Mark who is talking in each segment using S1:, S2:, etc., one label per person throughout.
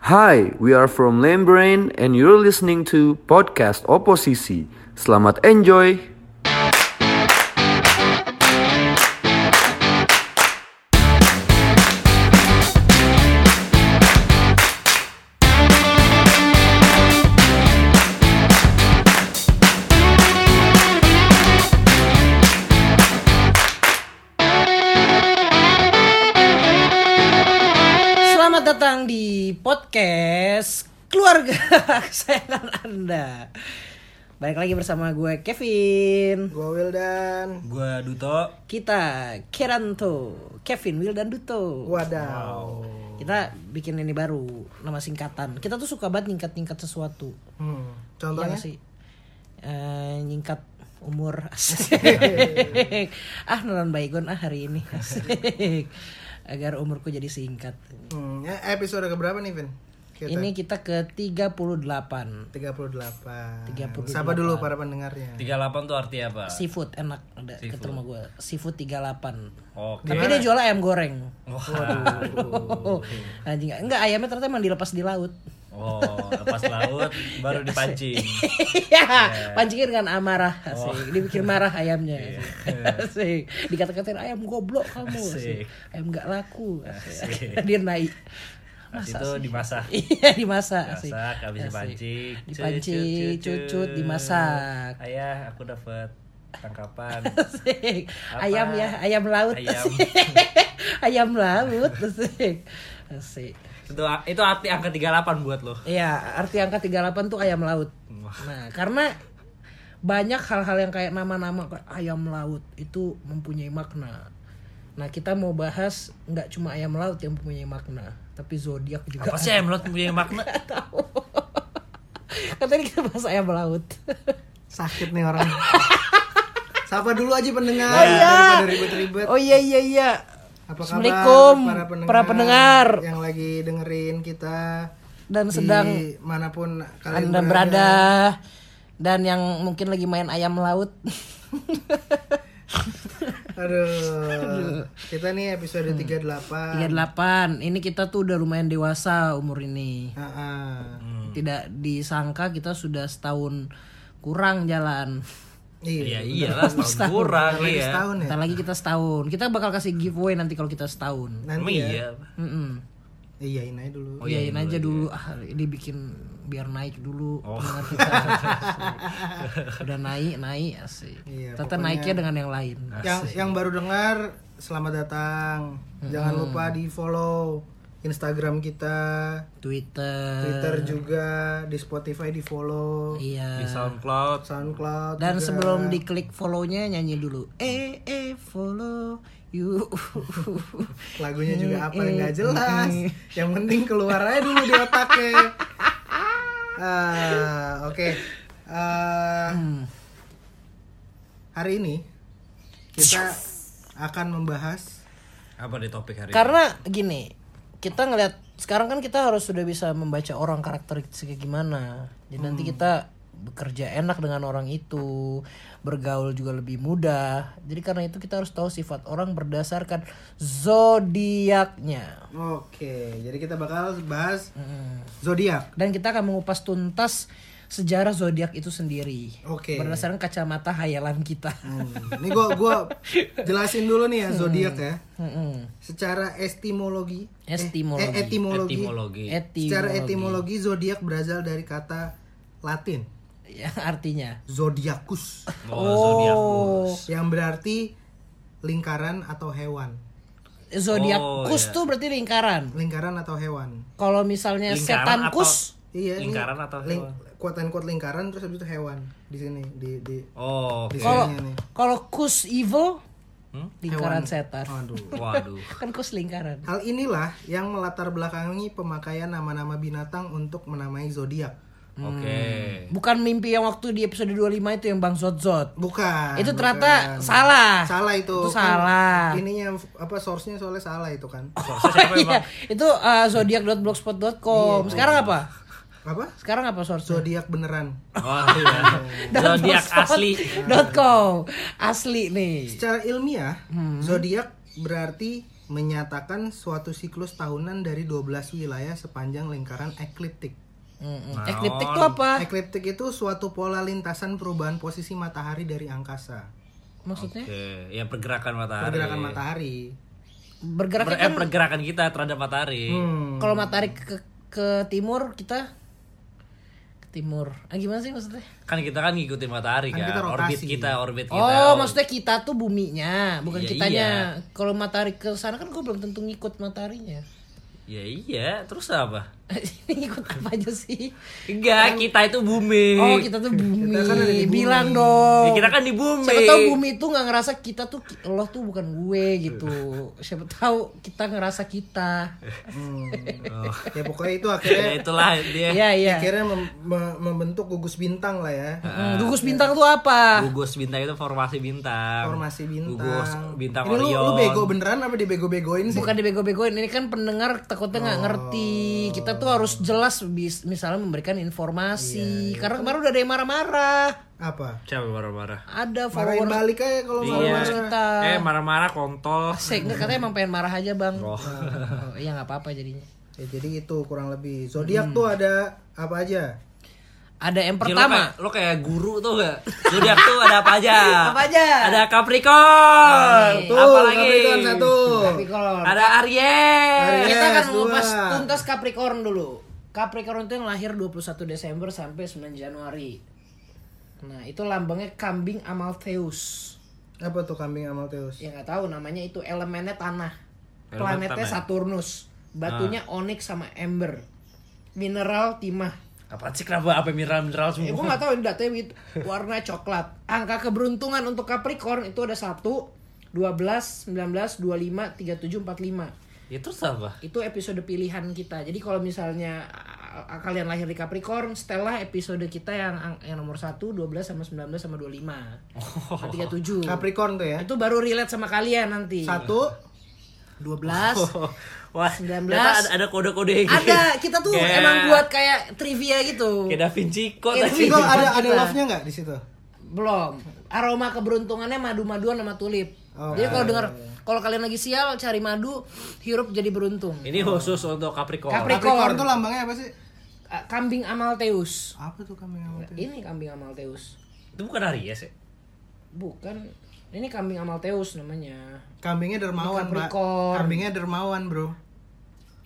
S1: Hi, we are from Lambrain and you're listening to Podcast Oposisi. Selamat enjoy!
S2: Selamat datang di podcast keluarga kesayangan Anda. Balik lagi bersama gue Kevin.
S3: Gua Wildan.
S4: Gua Duto.
S2: Kita Keranto, Kevin Will dan Duto.
S3: Wadaw.
S2: Kita bikin ini baru, nama singkatan. Kita tuh suka banget nyingkat-nyingkat sesuatu.
S3: Hmm.
S2: Iya
S3: Contohnya
S2: nggak sih? Eh, nyingkat umur ah nonon baygon ah hari ini Asik. agar umurku jadi singkat
S3: Hmm, ya, episode keberapa nih, Vin? Kita
S2: ini kita ke 38
S3: 38.
S2: 38.
S3: Sapa dulu para pendengarnya.
S4: 38 tuh arti apa?
S2: seafood enak ada deket rumah gue seafood 38
S4: Oke.
S2: tapi dia jual ayam goreng
S4: Wah.
S2: anjing enggak ayamnya ternyata emang dilepas di laut
S4: Oh, lepas laut baru dipancing.
S2: ya pancingin dengan amarah asik dibikin marah ayamnya asik dikata-katain ayam goblok kamu asik.
S4: Asik.
S2: ayam nggak laku asik. dia naik
S4: Habis itu dimasak.
S2: iya dimasak asik.
S4: Masak habis
S2: Asik.
S4: dipancing. Cut,
S2: dipancing
S4: cut, cut,
S2: cucut
S4: cut.
S2: dimasak
S4: Ayah, aku dapat tangkapan.
S2: Asik.
S4: Apa?
S2: Ayam ya, ayam laut.
S4: Ayam.
S2: Asik. ayam laut. Asik. Asik.
S4: itu itu arti angka 38 buat lo.
S2: Iya, arti angka 38 tuh ayam laut. Nah, karena banyak hal-hal yang kayak nama-nama kayak ayam laut itu mempunyai makna. Nah, kita mau bahas nggak cuma ayam laut yang mempunyai makna, tapi zodiak juga.
S4: Apa sih ayam laut punya makna?
S2: Kan tadi kita bahas ayam laut.
S3: Sakit nih orang. Sapa dulu aja pendengar
S2: Oh, iya.
S3: daripada ribet-ribet.
S2: Oh iya iya iya.
S3: Apa kabar
S2: Assalamualaikum
S3: para pendengar, Ya.
S2: para pendengar.
S3: yang lagi dengerin kita
S2: Dan sedang
S3: di manapun kalian
S2: Anda
S3: berada.
S2: berada dan yang mungkin lagi main ayam laut.
S3: Kan. Aduh. Kita nih episode
S4: Hmm.
S2: Iya.
S3: 38.
S2: 38. Ini kita tuh udah lumayan dewasa umur ini.
S3: Heeh.
S2: Tidak disangka kita sudah setahun kurang jalan.
S4: Iya iyalah setahun kurang iya.
S3: Setahun ya?
S2: Bentar lagi kita setahun. Kita bakal kasih giveaway nanti kalau kita setahun.
S3: Nanti
S4: Emang
S3: ya.
S4: iya.
S2: Mm-mm.
S3: Iyain aja dulu.
S2: Iyain aja
S3: iya.
S2: dulu. Ah, dibikin biar naik dulu
S3: Oh.
S2: pendengar kita. Udah naik, naik asik.
S3: Iya, Ya.
S2: Tata naiknya dengan yang lain.
S3: yang yang baru dengar selamat datang jangan lupa di follow Instagram kita
S2: Twitter.
S3: Twitter juga di Spotify di follow
S2: Eh. Iya.
S4: Di SoundCloud.
S3: SoundCloud
S2: Dan
S3: juga.
S2: sebelum diklik follow-nya nyanyi dulu. Eh eh follow you.
S3: lagunya juga apa nggak jelas yang penting keluar aja dulu di otaknya Ah, oke Ah,
S2: Mm.
S3: hari ini kita akan membahas
S4: Apa di topik hari ini?
S2: Karena gini, kita ngelihat sekarang kan kita harus sudah bisa membaca orang karakteristiknya gimana. Jadi nanti
S3: Hmm.
S2: kita bekerja enak dengan orang itu, bergaul juga lebih mudah. Jadi karena itu kita harus tahu sifat orang berdasarkan zodiaknya.
S3: oke jadi kita bakal bahas zodiak
S2: Dan kita akan mengupas tuntas sejarah zodiak itu sendiri.
S3: Oke.
S2: Berdasarkan kacamata hayalan kita.
S3: Hmm, Ini gua gua jelasin dulu nih ya zodiak ya. Secara estimologi,
S2: Estimologi.
S3: eh, etimologi,
S4: etimologi.
S2: Etim-
S3: Secara etimologi zodiak berasal dari kata Latin
S2: yang Ya, artinya
S3: zodiacus
S4: Oh, zodiak.
S3: yang berarti lingkaran atau hewan.
S2: zodiak
S4: Oh,
S2: kus
S4: iya.
S2: tuh berarti lingkaran.
S3: Lingkaran atau hewan.
S2: Kalau misalnya
S4: Lingkaran
S2: setan
S4: atau-
S2: kus
S3: Iya, ini
S4: Lingkaran atau
S3: ling-
S4: hewan?
S3: quote-unquote lingkaran terus habis itu hewan di sini di di
S4: Oh, oke.
S2: kalau
S3: Iya, iya.
S2: kalau kus evil
S4: Hmm?
S2: lingkaran
S3: Hewan.
S2: setan.
S3: Waduh.
S4: Waduh.
S2: Kan kus lingkaran.
S3: Hal inilah yang melatar belakangi pemakaian nama-nama binatang untuk menamai zodiak.
S4: Oke.
S2: Bukan mimpi yang waktu di episode 25 itu yang Bang Zot Zot.
S3: Bukan.
S2: Itu
S3: bukan.
S2: ternyata salah.
S3: Salah itu.
S2: Itu
S3: Kan
S2: salah.
S3: Ininya apa source-nya soalnya salah itu kan.
S4: ya,
S2: Iya, itu uh,
S4: Iya,
S2: zodiak.blogspot.com. Sekarang apa?
S3: Apa?
S2: Sekarang apa source?
S3: Zodiak beneran.
S4: Oh iya. Zodiak asli.
S2: .com. Asli nih. Hmm.
S3: Secara ilmiah, zodiak berarti menyatakan suatu siklus tahunan dari 12 wilayah sepanjang lingkaran ekliptik.
S2: Mm-mm.
S4: Nah,
S2: Ekliptik
S4: on.
S2: itu apa?
S3: Ekliptik itu suatu pola lintasan perubahan posisi matahari dari angkasa.
S2: Maksudnya
S4: Oke, ya pergerakan matahari.
S3: Pergerakan matahari.
S2: bergerak
S4: Per- eh,
S2: kan
S4: pergerakan kita terhadap matahari.
S3: Hmm.
S2: kalau matahari ke, ke timur kita ke timur. Ah gimana sih maksudnya?
S4: Kan kita kan ngikutin matahari
S3: Kan
S4: kan.
S3: kita rotasi.
S4: orbit kita, orbit kita.
S2: oh,
S4: orbit-
S2: maksudnya kita tuh buminya, bukan
S4: Iya,
S2: kitanya. Kalau matahari ke sana kan gue belum tentu ngikut mataharinya.
S4: Ya iya, terus apa?
S2: Ini ngikut apa aja sih?
S4: Enggak, kita itu bumi.
S2: Oh, kita tuh bumi.
S3: Kita kan ada di bumi.
S2: Bilang dong.
S4: Ya, kita kan di bumi.
S2: Siapa tahu bumi itu nggak ngerasa kita tuh ki- Allah tuh bukan gue gitu. Siapa tahu kita ngerasa kita.
S3: Hmm. Ya pokoknya itu
S4: Ya
S3: akhirnya
S4: itulah dia.
S2: Iya Oh. iya.
S3: akhirnya mem- me- membentuk gugus bintang lah ya.
S2: Hmm, Gugus bintang tuh apa?
S4: Ah, iya. Gugus bintang itu formasi bintang.
S3: Formasi bintang.
S4: Gugus bintang
S3: Ini lu,
S4: Orion.
S3: lu bego beneran apa dibego-begoin sih?
S2: Bukan dibego-begoin, ini kan pendengar takutnya
S3: Oh.
S2: nggak ngerti. Kita tuh harus jelas bis- misalnya memberikan
S3: Iya,
S2: informasi. Karena kemarin udah ada yang marah-marah.
S3: Apa?
S4: Siapa yang marah-marah?
S2: Ada
S3: Marahin
S2: follower
S3: balik aja kalau mau
S4: Iya.
S3: marah.
S2: kita.
S4: Eh, marah-marah kontol.
S2: Asik, nggak katanya emang pengen marah aja bang.
S4: Oh.
S2: Oh, iya nggak apa-apa jadinya.
S3: Ya, jadi itu kurang lebih.
S4: Hmm.
S3: Zodiak tuh ada apa aja?
S2: Ada yang
S4: Gila,
S2: pertama.
S4: kayak- Lo kayak guru tuh gak? Zodiak tuh ada apa aja?
S2: Apa aja?
S4: Ada Capricorn.
S2: Nih.
S3: Tuh,
S4: apa lagi?
S3: Capricorn satu.
S2: Capricorn.
S4: Ada Aries.
S3: Aries.
S2: Kita akan
S3: dua.
S2: mengupas tuntas Capricorn dulu. Capricorn itu yang lahir 21 Desember sampai 9 Januari. Nah, itu lambangnya kambing Amaltheus.
S3: Apa tuh kambing Amaltheus?
S2: Ya nggak tahu namanya itu elemennya tanah.
S4: Elemen
S2: Planetnya
S4: tanah. Ah.
S2: Saturnus. Batunya onyx sama ember. Mineral timah.
S4: Apa sih kenapa apa mineral-mineral
S2: Ya, gue
S4: semua?
S2: nggak tahu ini datanya gitu. Warna coklat. Angka keberuntungan untuk Capricorn itu ada 1, 12, 19, 25, 37, 45.
S4: Ya terus apa?
S2: itu episode pilihan kita. Jadi kalau misalnya a- a- kalian lahir di Capricorn, setelah episode kita yang ang- yang nomor 1, 12 sama 19 sama 25.
S4: Oh.
S2: Sama 37.
S3: Capricorn tuh ya.
S2: Itu baru relate sama kalian
S4: Iya.
S2: nanti.
S3: Satu
S2: 12.
S4: Oh. Wah,
S2: 19.
S4: ternyata ada, ada kode-kode gitu.
S2: Ada, kita tuh
S4: Kayak-
S2: emang buat kayak trivia gitu.
S4: Kayak Da Vinci
S2: Kayak
S4: Code.
S2: Da
S4: aja.
S2: Vinci
S3: Tapi kok
S2: Capricorn
S3: ada ada
S2: kita.
S3: love-nya nggak di situ?
S2: Belum. Aroma keberuntungannya madu-maduan sama tulip.
S3: Oh,
S2: Jadi kalau dengar kalau kalian lagi sial cari madu, hirup jadi beruntung.
S4: Ini khusus untuk Capricorn.
S2: Capri- Capricorn.
S3: Capricorn tuh lambangnya apa sih?
S2: A- Kambing Amaltheus.
S3: Apa tuh kambing
S2: Iya.
S3: Amaltheus?
S2: Ini kambing Amaltheus.
S4: Itu bukan Aries ya?
S2: Bukan. Ini kambing Amaltheus namanya.
S3: Kambingnya dermawan, Pak.
S2: Capricorn.
S3: Kambingnya dermawan, Bro.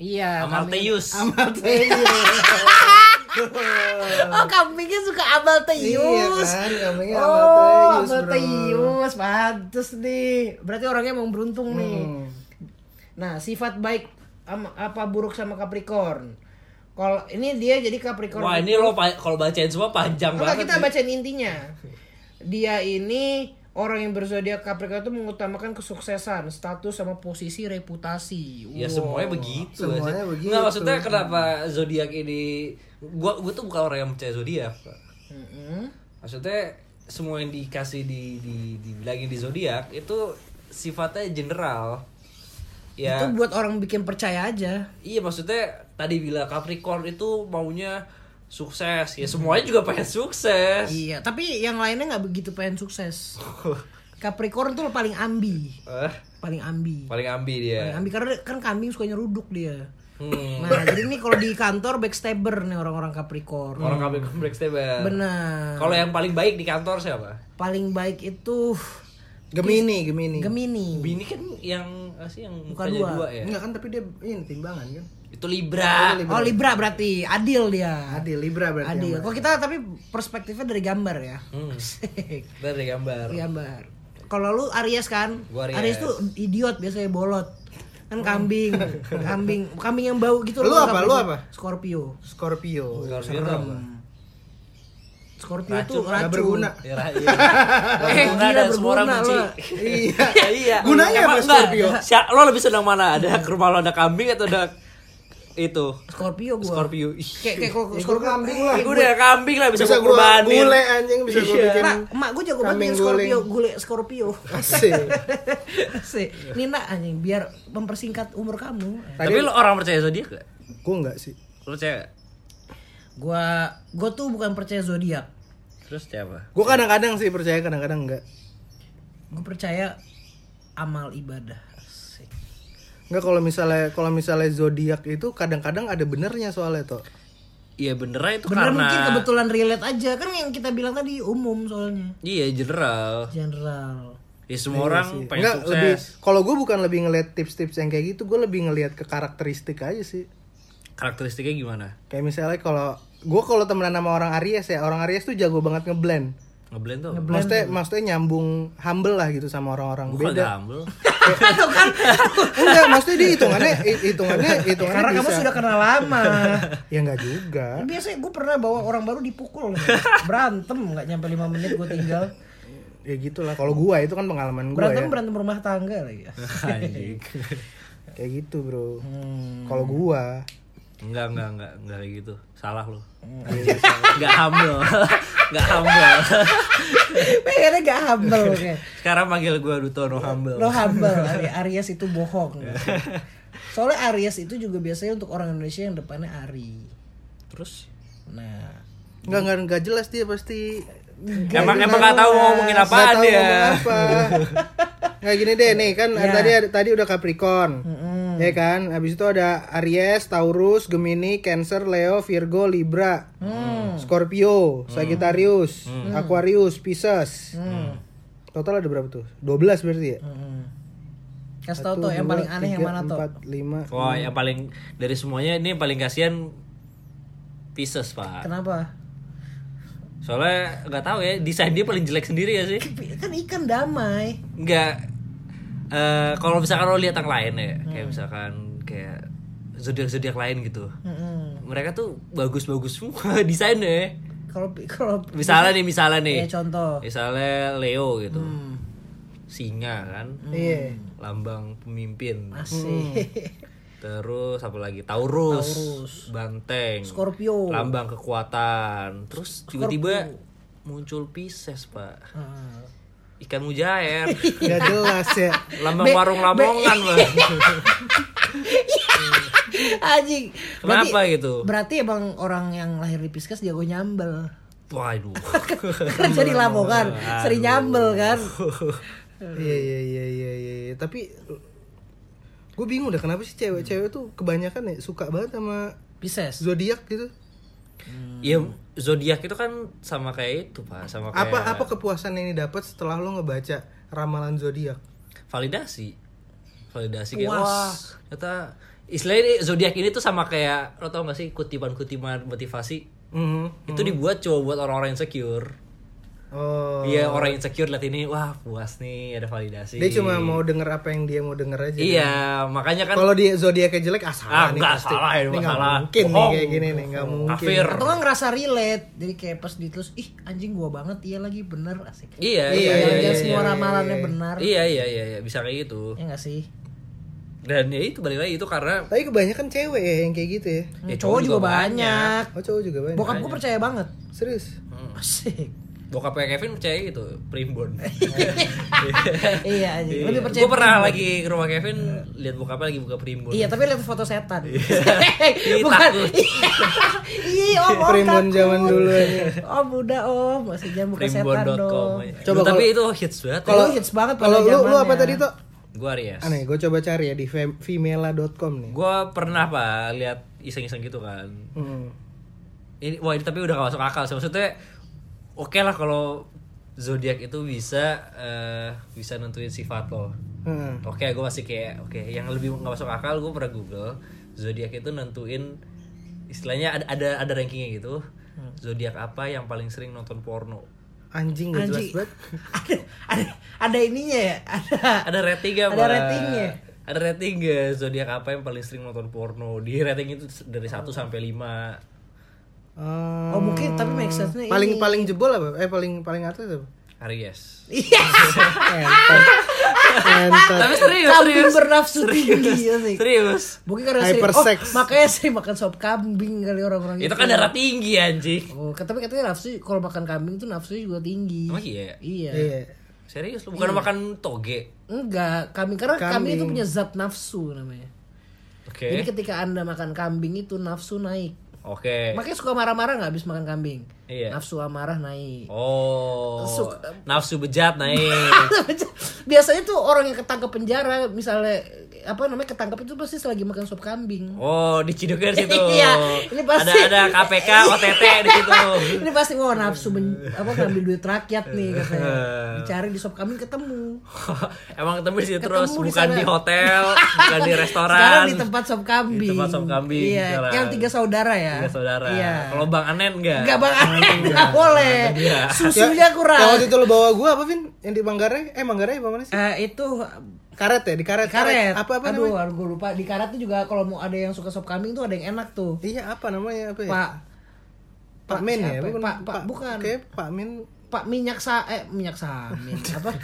S2: Iya.
S4: Amaltheus.
S2: kambing- Oh, kambingnya suka Amaltheus.
S3: Iya kan, kambingnya
S2: oh,
S3: Amaltheus, bro.
S2: Amaltheus. Pantes nih. Berarti orangnya emang beruntung nih.
S3: Hmm.
S2: Nah, sifat baik am- apa buruk sama Capricorn? Kalau ini dia jadi Capricorn.
S4: Wah ini
S2: itu-
S4: lo pa- kalau bacain semua panjang
S2: Enggak,
S4: banget.
S2: kita
S4: nih.
S2: bacain intinya. Dia ini orang yang berzodiak Capricorn itu mengutamakan kesuksesan, status sama posisi reputasi. Wow.
S4: Ya semuanya begitu. gak sih?
S3: Semuanya begitu.
S4: Nggak, maksudnya kenapa zodiak ini? Gua gua tuh bukan orang yang percaya zodiak. Pak.
S2: Mm-mm.
S4: Maksudnya semua yang dikasih di di dibilangin di zodiak itu sifatnya general.
S2: Itu
S4: Ya
S2: buat orang bikin percaya aja.
S4: iya maksudnya tadi bila Capricorn itu maunya sukses ya semuanya juga pengen sukses.
S2: Iya, tapi yang lainnya nggak begitu pengen sukses. Capricorn tuh paling ambi,
S4: Eh,
S2: paling ambi.
S4: paling ambi
S2: Paling
S4: dia.
S2: ambi karena kan kambing suka nyeruduk dia.
S4: Hmm.
S2: Nah, jadi nih kalau di kantor backstabber nih orang-orang Capricorn.
S4: Hmm, Orang Capricorn backstabber.
S2: Hmm. Benar.
S4: Kalau yang paling baik di kantor siapa?
S2: Paling baik itu
S3: Gemini, Gemini.
S2: Gemini.
S4: Bini kan yang apa sih yang
S2: Muka
S4: mukanya
S2: dua.
S4: dua ya?
S3: Enggak kan, tapi dia ini timbangan kan.
S4: Itu Libra.
S2: Oh, Libra berarti adil dia.
S3: Adil Libra berarti. ya.
S2: Adil.
S3: yang
S2: Kok kita tapi perspektifnya dari gambar ya.
S4: Hmm. Bentar deh gambar.
S2: gambar. Kalau lu Aries kan?
S4: Gua Aries.
S2: Aries tuh idiot biasanya bolot. Kan kambing, kambing, kambing yang bau gitu.
S3: Hmm. Lu
S2: loh,
S3: apa?
S2: kambing.
S3: Lu apa?
S2: Scorpio.
S3: Scorpio.
S4: Gambar serem.
S2: Scorpio
S4: Racun.
S2: tuh
S4: Nggak
S2: racun.
S3: Gak berguna.
S4: Ya, iya. Berguna
S2: gila,
S4: dan semua orang
S2: berguna
S4: benci.
S2: lo.
S3: Iya.
S4: Ya, iya.
S3: Gunanya apa,
S4: Emang enggak?
S3: Scorpio?
S4: Sia- lo lebih senang mana? Ada ke rumah lo ada kambing atau ada itu
S2: Scorpio gua.
S4: Scorpio? Ih,
S2: Kayak kayak kalau
S3: Ya, gua
S2: Scorpio
S3: kambing lah.
S4: Gue udah kambing lah bisa,
S3: Bisa
S4: bisa
S3: gua
S4: kurbanin.
S3: gule anjing, bisa gua
S4: Iya.
S3: bikin.
S2: Nah, emak gua jago banget
S3: Kambing
S2: bikin Scorpio,
S3: guling.
S2: gule Scorpio.
S3: Asik.
S2: Asik. Nina anjing biar mempersingkat umur kamu.
S4: Tapi lo orang percaya zodiak gak?
S3: Gua enggak sih.
S4: Lo percaya? nggak?
S2: Gua gua tuh bukan percaya zodiak.
S4: Terus siapa?
S3: Gua kadang-kadang sih percaya, kadang-kadang enggak.
S2: Gua percaya amal ibadah. Asik.
S3: Nggak kalau misalnya kalau misalnya zodiak itu kadang-kadang ada benernya soalnya tuh.
S4: Iya beneran itu
S2: Bener
S4: karena
S2: mungkin kebetulan relate aja kan yang kita bilang tadi umum soalnya
S4: Iya general.
S2: general.
S4: Ya semua orang pengen
S3: Nggak
S4: sukses.
S3: lebih kalau gue bukan lebih ngelihat tips-tips yang kayak gitu, gue lebih ngelihat ke karakteristik aja sih.
S4: Karakteristiknya gimana?
S3: Kayak misalnya kalau gue kalau temenan sama orang Aries ya, orang Aries tuh jago banget ngeblend.
S4: Ngeblend tuh.
S3: Maksudnya, maksudnya nyambung humble lah gitu sama orang-orang
S4: Bukan
S3: beda.
S4: gak humble.
S2: Tuh kan
S3: Enggak, maksudnya dia hitungannya hi- hitungannya hitungannya
S2: karena kamu
S3: bisa.
S2: sudah kenal lama.
S3: Ya enggak juga.
S2: Biasanya gue pernah bawa orang baru dipukul berantem nggak nyampe lima menit gue tinggal
S3: Ya gitulah kalau gua itu kan pengalaman gua
S2: berantem
S3: ya.
S2: berantem rumah tangga lagi. ya.
S4: Anjing.
S3: Kayak gitu, Bro.
S2: Hmm.
S3: Kalau gua
S4: Enggak, enggak, enggak, enggak kayak gitu. Salah lu. Enggak humble. Enggak humble.
S2: Pengennya gak humble kayak.
S4: Sekarang panggil gua Duto no humble.
S2: Lo humble, Ari- Aries itu bohong. Soalnya Aries itu juga biasanya untuk orang Indonesia yang depannya Ari.
S4: Terus
S2: Nah,
S3: enggak enggak enggak jelas dia pasti
S4: emang emang enggak tahu mau ngomongin apaan
S3: tahu
S4: dia.
S3: ngomong apa. Nggak gini deh nih kan
S2: Iya.
S3: tadi tadi udah Capricorn. Ya kan? Habis itu ada Aries, Taurus, Gemini, Cancer, Leo, Virgo, Libra,
S2: Mm.
S3: Scorpio, Sagittarius, Aquarius, Pisces.
S2: Mm.
S3: Total ada berapa tuh? 12 berarti ya?
S2: kasih tau tuh ya, yang paling aneh yang mana tuh? Oh.
S3: 4 5.
S4: Wah, yang paling dari semuanya ini yang paling kasihan Pisces, Pak.
S2: Kenapa?
S4: Soalnya nggak tahu ya, desain dia paling jelek sendiri ya sih.
S2: Kan ikan damai.
S4: nggak eh kalau misalkan lo lihat yang lain ya kayak misalkan kayak zodiak zodiak lain gitu
S2: Mm-mm.
S4: mereka tuh bagus bagus semua desainnya ya.
S2: Kalau kalau
S4: misalnya nih misalnya nih
S2: ya contoh.
S4: misalnya Leo gitu singa kan
S3: Iya.
S4: lambang pemimpin
S2: Asih.
S4: terus apa lagi Taurus, banteng
S2: Scorpio.
S4: lambang kekuatan terus tiba-tiba muncul Pisces pak
S2: Ah.
S4: ikan mujair
S3: Enggak
S2: Iya.
S3: jelas ya.
S4: lambang warung lamongan pak
S2: Anjing. Berarti-
S4: Kenapa gitu?
S2: Berarti emang orang yang lahir di Pisces jago nyambel.
S4: Waduh.
S2: Kan jadi lamongan, sering nyambel kan.
S3: Iya iya iya iya iya. iya. Tapi gue bingung dah kenapa sih cewek-cewek tuh kebanyakan ya suka banget sama
S2: Pisces.
S3: zodiak gitu.
S4: ya zodiak itu kan sama kayak itu pak, sama kayak
S3: Apa apa kepuasan yang didapat setelah lo ngebaca ramalan zodiak?
S4: validasi, validasi kayak
S2: Puas.
S4: wah ternyata istilahnya zodiak ini tuh sama kayak lo tau gak sih kutipan-kutipan motivasi
S3: Mhm.
S4: itu dibuat cuma buat orang-orang insecure.
S3: Oh.
S4: Iya orang insecure liat ini wah puas nih ada validasi.
S3: Dia cuma mau denger apa yang dia mau denger aja.
S4: Iya makanya kan
S3: Kalau dia zodiaknya jelek ah salah
S4: Ah,
S3: nih
S4: enggak,
S3: pasti.
S4: salah ya,
S3: Ini enggak
S4: salah.
S3: mungkin nih
S4: Bohong.
S3: kayak gini nih, enggak mungkin.
S4: kafir.
S2: Atau nggak ngerasa relate. Jadi kayak pas ditelus, ih anjing gua banget, iya lagi bener asik.
S4: Iya iya
S2: Iya,
S4: iya iya
S2: semua ramalannya benar.
S4: iya iya iya, iya, bisa kayak gitu
S2: Ya nggak sih?
S4: dan ya itu balik lagi itu karena
S3: Tapi kebanyakan cewek ya yang kayak gitu ya.
S4: ya,
S2: Hmm, cowok juga banyak.
S3: Oh, cowok juga banyak.
S2: Bokap gue percaya banget.
S3: Serius.
S2: Asik.
S4: Bokapnya Kevin percaya gitu, primbon.
S2: iya anjing. Lebih percaya.
S4: Gue pernah lagi ke rumah Kevin lihat bokapnya lagi buka primbon.
S2: Iya, tapi lihat foto setan.
S4: Ih,
S2: Bukan.
S4: takut.
S2: Iya, om om
S3: Primbon
S2: takut.
S3: zaman dulu aja.
S2: Om udah om, masih jangan buka setan
S4: primbon.com.
S2: dong.
S4: Coba
S3: Coba
S4: iya. tapi itu hits banget.
S2: Kalau
S4: Kalau
S2: hits banget pada
S3: Kalau lu lu
S2: zamannya.
S3: apa tadi tuh?
S4: gue Aries.
S3: Aneh, gue coba cari ya di fem- femela.com nih.
S4: Gue pernah pak lihat iseng-iseng gitu kan.
S3: Hmm.
S4: Ini wah ini tapi udah gak masuk akal. sih. Maksudnya oke lah kalau zodiak itu bisa eh, bisa nentuin sifat lo.
S3: Heeh.
S4: Oke, gue masih kayak oke. Yang lebih nggak masuk akal, gue pernah Google zodiak itu nentuin istilahnya ada ada, ada rankingnya gitu.
S2: Hmm.
S4: Zodiak apa yang paling sering nonton porno?
S3: Anjing gak
S2: Anjing.
S3: jelas banget.
S2: Ada ada ada ininya ya. Ada
S4: Ada ratingnya,
S2: Ada ya?
S4: Pak.
S2: ratingnya.
S4: Ada ratingnya zodiak apa yang paling sering nonton porno? Di rating itu dari 1 sampai 5.
S3: Eh,
S2: Oh mungkin tapi make sense-nya ini.
S3: paling paling jebol apa? Eh paling paling atas apa?
S4: Aries. Ah,
S2: Iya,
S3: Entot. Entot.
S4: Tapi serius,
S2: kambing
S4: serius.
S2: bernafsu tinggi ya sih.
S4: Serius.
S2: Mungkin karena sering, oh,
S3: Hypersex.
S2: makanya sering makan sop kambing kali orang-orang
S4: Itu kan darah tinggi anjing.
S2: Oh, tapi katanya nafsu kalau makan kambing tuh nafsunya juga tinggi.
S4: Emang iya?
S2: Iya.
S3: Iya.
S4: Serius lu bukan makan toge.
S2: Enggak, kambing karena kambing.
S3: Kambing.
S2: itu punya zat nafsu namanya.
S4: Oke.
S2: Jadi ketika Anda makan kambing itu nafsu naik.
S4: Oke.
S2: Makanya suka marah-marah nggak habis makan kambing.
S4: Iya.
S2: nafsu amarah naik
S4: Oh.
S2: Su-
S4: nafsu bejat naik.
S2: biasanya tuh orang yang ketangkep penjara misalnya apa namanya ketangkep itu pasti lagi makan sop kambing
S4: Oh, dicidukin situ.
S2: Iya, ini pasti.
S4: Ada ada KPK, OTT di situ.
S2: ini pasti wah nafsu men- apa ngambil duit rakyat nih katanya dicari di sop kambing ketemu
S4: Emang ketemu di situ terus,
S2: Ketemu di
S4: bukan
S2: sana.
S4: di hotel, bukan di restoran.
S2: sekarang di tempat sop kambing
S4: Di tempat sop kambing
S2: iya
S4: sekarang.
S2: yang tiga saudara ya
S4: Tiga saudara.
S2: iya
S4: Kalau Bang Anen enggak?
S2: Enggak bang Anen, nggak boleh
S4: Iya.
S2: susunya
S3: Ya, Yang
S2: kurang
S3: waktu itu lo bawa gua apa Vin? Yang di Manggarai? Eh Manggarai apa mana sih?
S2: Eh, itu
S3: Karet ya, di karet.
S2: karet
S3: Apa apa
S2: aduh
S3: namanya?
S2: gue lupa di karet tuh juga kalau mau ada yang suka sop kambing tuh ada yang enak tuh
S3: Iya, apa namanya? Apa ya?
S2: pak
S3: Pak Min ya?
S2: siapa? Pak- Pak- bukan.
S3: Oke, Pak Min.
S2: Pak minyak sa eh minyak samin apa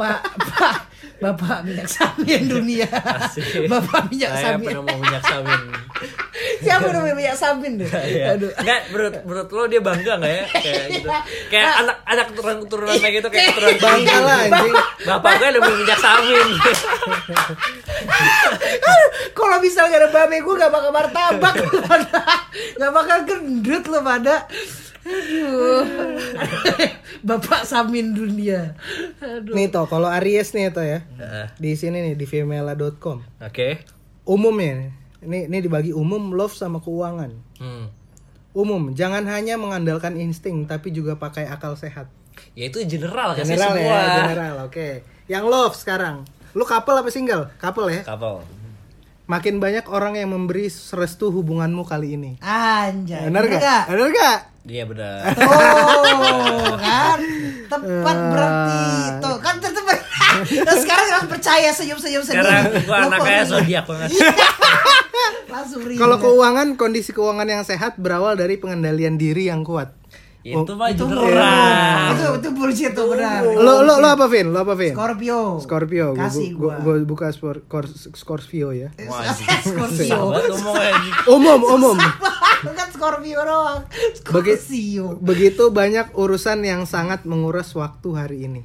S2: Pak Pak Bapak minyak samin dunia
S4: Asik.
S2: Bapak minyak
S4: Saya
S2: samin
S4: penemu minyak samin.
S2: siapa namanya minyak samin deh
S4: Iya.
S2: aduh Iya.
S4: Enggak, menurut menurut lo dia bangga enggak ya kayak gitu. Kayak
S2: Ah.
S4: anak anak keturunan-keturunan kayak gitu kayak keturunan
S3: Bangga lah anjing.
S4: Bapak gue nemu minyak samin.
S2: Aduh, Ah, kalau misalnya ada babe gue gak bakal martabak lu pada gak bakal gendut lu pada aduh Bapak samin dunia aduh
S3: Nih toh, kalau Aries nih toh ya.
S4: Heeh.
S3: Di sini nih di femela.com.
S4: Oke.
S3: Umumnya nih. ini ini dibagi umum love sama keuangan.
S4: Hmm.
S3: Umum, jangan hanya mengandalkan insting tapi juga pakai akal sehat.
S4: Ya itu general kan sih
S3: General
S4: semua.
S3: ya, general. Oke. Yang love sekarang. Lu couple apa single? Couple ya.
S4: Couple.
S3: Makin banyak orang yang memberi restu hubunganmu kali ini.
S2: anjay
S3: Bener gak? Bener gak?
S4: Iya benar.
S2: Oh kan tepat
S3: Ah.
S2: berarti tuh kan tetep nah, sekarang orang percaya senyum senyum senyum
S4: Sekarang
S2: Lo
S4: gua
S2: kok
S4: anaknya
S2: rileks?
S4: zodiak banget.
S2: Oh, langsung rileks.
S3: Kalau keuangan, kondisi keuangan yang sehat berawal dari pengendalian diri yang kuat. Oh.
S4: Itu mah
S2: itu
S4: general.
S2: itu itu bullshit tuh benar
S3: Lo lo lo apa Vin? Lo apa Vin?
S2: Scorpio
S3: Scorpio. Gua-
S2: kasih
S3: gua,
S2: gua
S3: gua buka spor- kor- Scorpio ya.
S2: Eh,
S4: Wah,
S2: Scorpio
S4: Susah Iya, banget ngomongnya.
S3: Umum, umum.
S2: kan Scorpio doang
S3: Bagi-
S2: Scorpio
S3: Begitu banyak urusan yang sangat menguras waktu hari ini.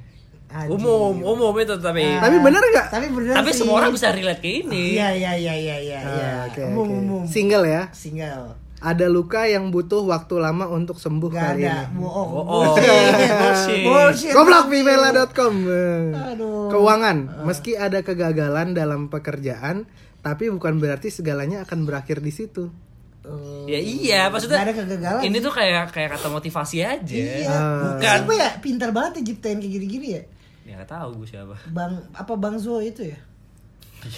S2: Anjing.
S4: Umum, umum itu tapi.
S3: Tapi bener
S2: Iya.
S3: gak?
S2: tapi benar
S4: Tapi
S2: sih.
S4: semua orang bisa relate ke ini.
S2: iya iya iya iya iya iya.
S3: Ah, oke,
S2: umum
S3: oke.
S2: umum
S3: Single ya.
S2: single
S3: Ada luka yang butuh waktu lama untuk sembuh
S2: Gak
S3: kali
S2: ada.
S3: ini.
S2: Bohong.
S4: Bohong.
S2: Bullshit.
S4: Bullshit.
S2: Bullshit.
S3: Goblok Vimela.com. Eh.
S2: Aduh.
S3: Keuangan, meski ada kegagalan dalam pekerjaan, tapi bukan berarti segalanya akan berakhir di situ.
S4: Ya iya, maksudnya
S2: Gak ada kegagalan.
S4: Ini tuh kayak kayak kata motivasi aja.
S2: Iya.
S4: Bukan.
S2: Siapa ya pintar banget ya ciptain kayak gini-gini ya?
S4: Ya nggak tahu gue siapa.
S2: Bang apa Bang Zo itu ya?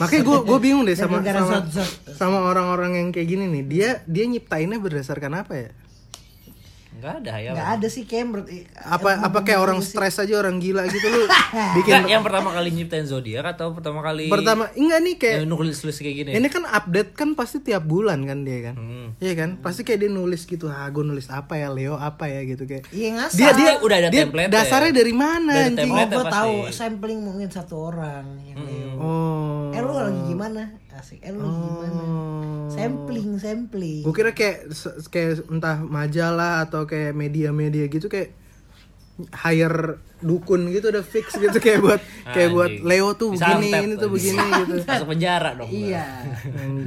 S3: Makanya gue gue bingung deh sama
S2: Gara-gara
S3: sama,
S2: zat-zat.
S3: sama orang-orang yang kayak gini nih. Dia dia nyiptainnya berdasarkan apa ya?
S4: Enggak ada ya.
S2: Nggak ada sih Cam berarti.
S3: Apa apa kayak orang stres aja orang gila gitu lu
S4: Nggak,
S3: bikin
S4: yang pertama kali nyiptain zodiak atau pertama kali
S3: pertama enggak nih kayak
S4: yang nulis nulis kayak gini.
S3: ini kan update kan pasti tiap bulan kan dia kan.
S4: Hmm.
S3: Iya kan? Pasti kayak dia nulis gitu, ah gue nulis apa ya, Leo apa ya gitu kayak.
S2: Iya ngasal.
S3: Dia dia
S4: udah ada
S3: dia
S4: template-nya.
S3: dasarnya dari mana
S4: Dari
S3: anjing?
S2: Oh,
S4: template.
S2: gue
S4: pasti.
S2: tahu sampling mungkin satu orang yang Leo.
S3: Oh.
S2: Eh lu lagi gimana? Asik. Eh lu lagi gimana? Oh. Sampling, sampling.
S3: Gue kira kayak se- kayak entah majalah atau kayak media-media gitu kayak hire dukun gitu udah fix gitu kayak buat kayak buat
S4: Ah, Anjing.
S3: Leo tuh begini
S4: Disantet,
S3: ini tuh
S4: anjing.
S3: begini gitu.
S4: Masuk penjara dong. gua.
S2: Iya.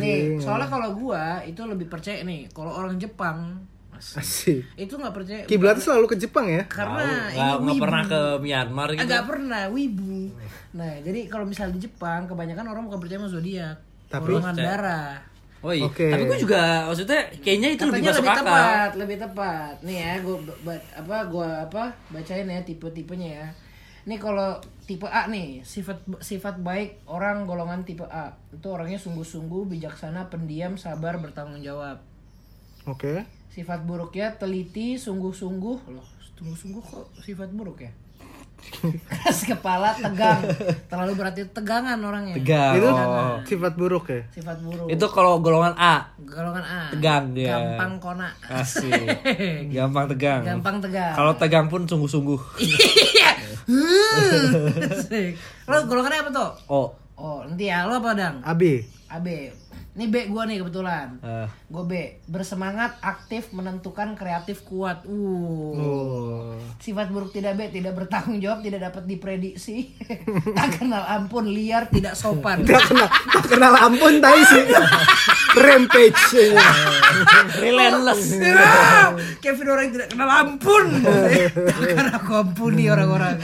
S2: Nih, soalnya kalau gua itu lebih percaya nih, kalau orang Jepang asik,
S3: Asik.
S2: itu nggak percaya
S3: Kiblatnya selalu ke Jepang ya.
S2: karena
S4: Tahu,
S2: ini
S4: nggak- nggak
S2: wibu.
S4: pernah ke Myanmar gitu.
S2: Agak pernah wibu. Nah, jadi kalau misalnya di Jepang kebanyakan orang bukan percaya sama zodiak.
S3: Tapi-
S2: golongan darah.
S4: Oh iya.
S3: Oke.
S4: Tapi gue juga maksudnya kayaknya itu lebih
S2: Katanya
S4: masuk
S2: lebih
S4: akal.
S2: tepat, lebih tepat. Nih ya, gua ba- ba- apa gua apa bacain ya tipe-tipenya ya. Nih kalau tipe A nih, sifat sifat baik orang golongan tipe A. Itu orangnya sungguh-sungguh, bijaksana, pendiam, sabar, bertanggung jawab.
S3: Oke.
S2: Sifat buruknya teliti, sungguh-sungguh loh. Sungguh-sungguh kok sifat buruk ya? Keras kepala tegang, terlalu berarti tegangan orangnya.
S4: Tegang.
S3: Itu
S4: Oh.
S3: sifat buruk ya.
S2: Sifat buruk.
S4: Itu kalau golongan A
S2: golongan A.
S4: tegang dia.
S2: Gampang kona.
S4: Asik. Gampang tegang.
S2: gitu. Gampang tegang.
S4: Kalau tegang pun sungguh-sungguh.
S2: Iya. Hmm. Asik. Lo golongannya apa tuh?
S4: Oh,
S2: Oh, nanti ya lo apa dang?
S3: AB.
S2: AB. Ini B gua nih kebetulan.
S4: Eh.
S2: Gue B, bersemangat, aktif, menentukan, kreatif, kuat. Uh.
S3: Oh.
S2: Sifat buruk tidak B, tidak bertanggung jawab, tidak dapat diprediksi. tak kenal ampun, liar, tidak sopan.
S3: Gak kenal, gak kenal ampun tai sih. Rampage.
S4: Relentless.
S2: Ah, Kevin orang yang tidak kenal ampun Takkan aku ampuni orang-orang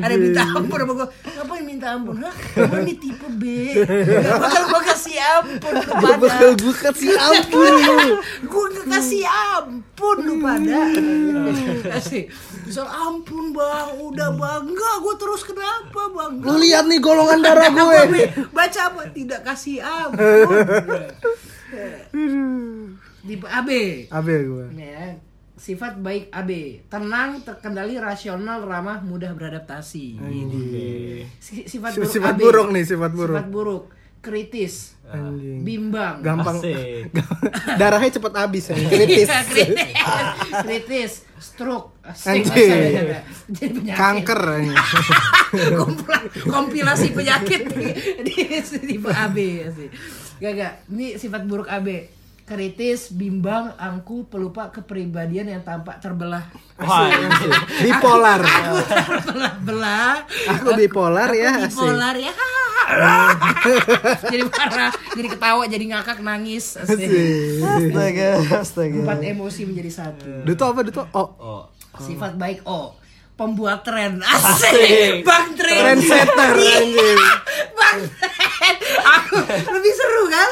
S2: Ada yang minta ampun sama gue Ngapain minta ampun? Hah? Kamu ditipu B Gak bakal gue kasih ampun lu
S3: Gua
S2: pada
S3: bakal gue kasih ampun lu.
S2: Gue gak kasih ampun lu pada
S3: Hmm.
S2: Kasih Misal ampun bang Udah bang Enggak gue terus kenapa bang
S3: Lu lihat nih golongan darah
S2: Apa,
S3: gue.
S2: Be? Baca apa? Tidak kasih ampun Di AB
S3: Abe gue.
S2: Ini ya, sifat baik AB tenang terkendali rasional ramah mudah beradaptasi Si- sifat buruk
S3: Sifat
S2: AB.
S3: buruk nih, sifat buruk.
S2: sifat buruk kritis
S3: Anjing.
S2: bimbang
S3: Gampang.
S5: eh.
S4: Asik.
S3: Darahnya cepat habis ya. Kritis.
S2: Iya, kritis kritis stroke Asik,
S3: Anjing.
S2: asal aja, Kak. jadi penyakit
S3: Kanker ini.
S2: Iya, Kompla- kompilasi penyakit di, di ya tipe AB asik. gak gak ini sifat buruk AB kritis bimbang angku pelupa kepribadian yang tampak terbelah
S4: Wah, asik.
S2: iya.
S3: Bipolar.
S2: belah-belah
S3: Aku bipolar ya. Asik.
S2: bipolar ya jadi marah jadi ketawa jadi ngakak nangis asik.
S3: Asik.
S5: Astaga, astaga.
S2: empat emosi menjadi satu
S3: Duto apa Duto? Oh,
S4: Oh,
S2: sifat baik O pembuat tren asik bang tren
S3: trendsetter anjing.
S2: bang tren aku lebih seru kan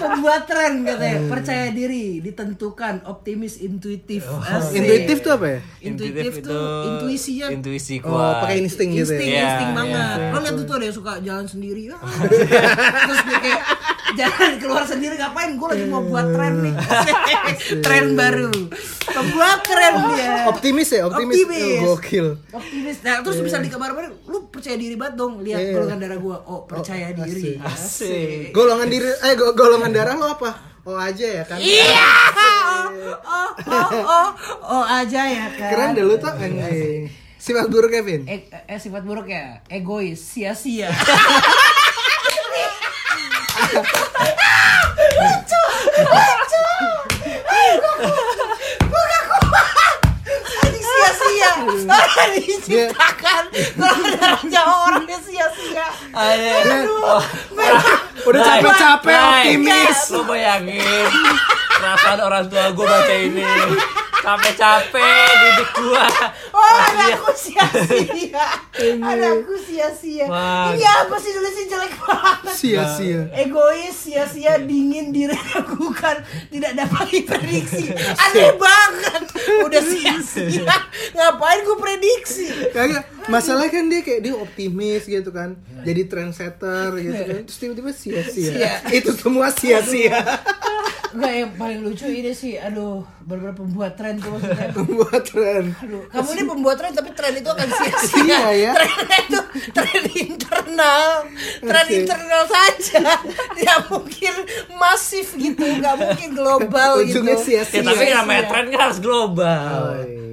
S2: pembuat tren katanya percaya diri ditentukan optimis intuitif asik.
S3: Oh, Intuitif tuh apa ya?
S2: intuitif tuh ya. intuisinya
S5: Intuisi
S3: Oh,
S5: kuat.
S3: pakai insting gitu
S2: insting
S3: ya.
S5: Iya,
S2: insting
S5: iya.
S2: banget lo liat tuh tuh ada yang suka jalan sendiri ah. terus dia kayak jalan keluar sendiri ngapain gue lagi mau buat tren nih tren baru pembuat tren dia
S3: Optimis ya, optimis.
S2: Optimis.
S3: Oh, gokil.
S2: optimis nah terus bisa di kamar mandi lu percaya diri banget dong lihat
S3: Iya.
S2: golongan darah gue oh percaya diri asik
S3: Golongan diri eh go- golongan darah lo apa? Oh aja ya kan.
S2: iya oh oh oh oh oh aja ya kan
S3: Keren deh lu tuh anjing. Sifat buruk Kevin.
S2: E- eh, sifat buruk ya egois sia-sia lucu lucu Ih, gua kuat. Gua gak kuat. sia-sia orang diciptakan kalau darahnya orangnya sia-sia
S3: Oh.
S2: aduh memang
S3: Udah capek-capek optimis.
S5: Lu bayangin perasaan orang tua gue baca ini. Capek-capek didik gue.
S2: Oh, anakku sia-sia. Anakku sia-sia.
S5: Wah.
S2: Ini apa sih nulisnya jelek banget?
S3: Sia-sia.
S2: egois sia-sia dingin diragukan tidak dapat diprediksi aneh banget udah sia-sia ngapain gue prediksi
S3: Kagak, masalah kan dia kayak dia optimis gitu kan. Jadi trendsetter gitu kan. Terus tiba-tiba
S2: Sia.
S3: sia-sia. Itu semua sia-sia.
S2: nggak yang paling lucu ini sih aduh beberapa pembuat tren tuh maksudnya
S3: Buat tren.
S2: Aduh, kamu ini pembuat tren tapi tren itu akan sia-sia
S3: Iya, ya.
S2: tren itu tren internal tren
S3: Oke.
S2: internal saja tidak mungkin masif gitu nggak mungkin global gitu
S3: Ujungnya sia-sia.
S5: Ya, tapi
S2: Sia-sia.
S5: namanya tren kan harus
S2: Oh,
S5: global.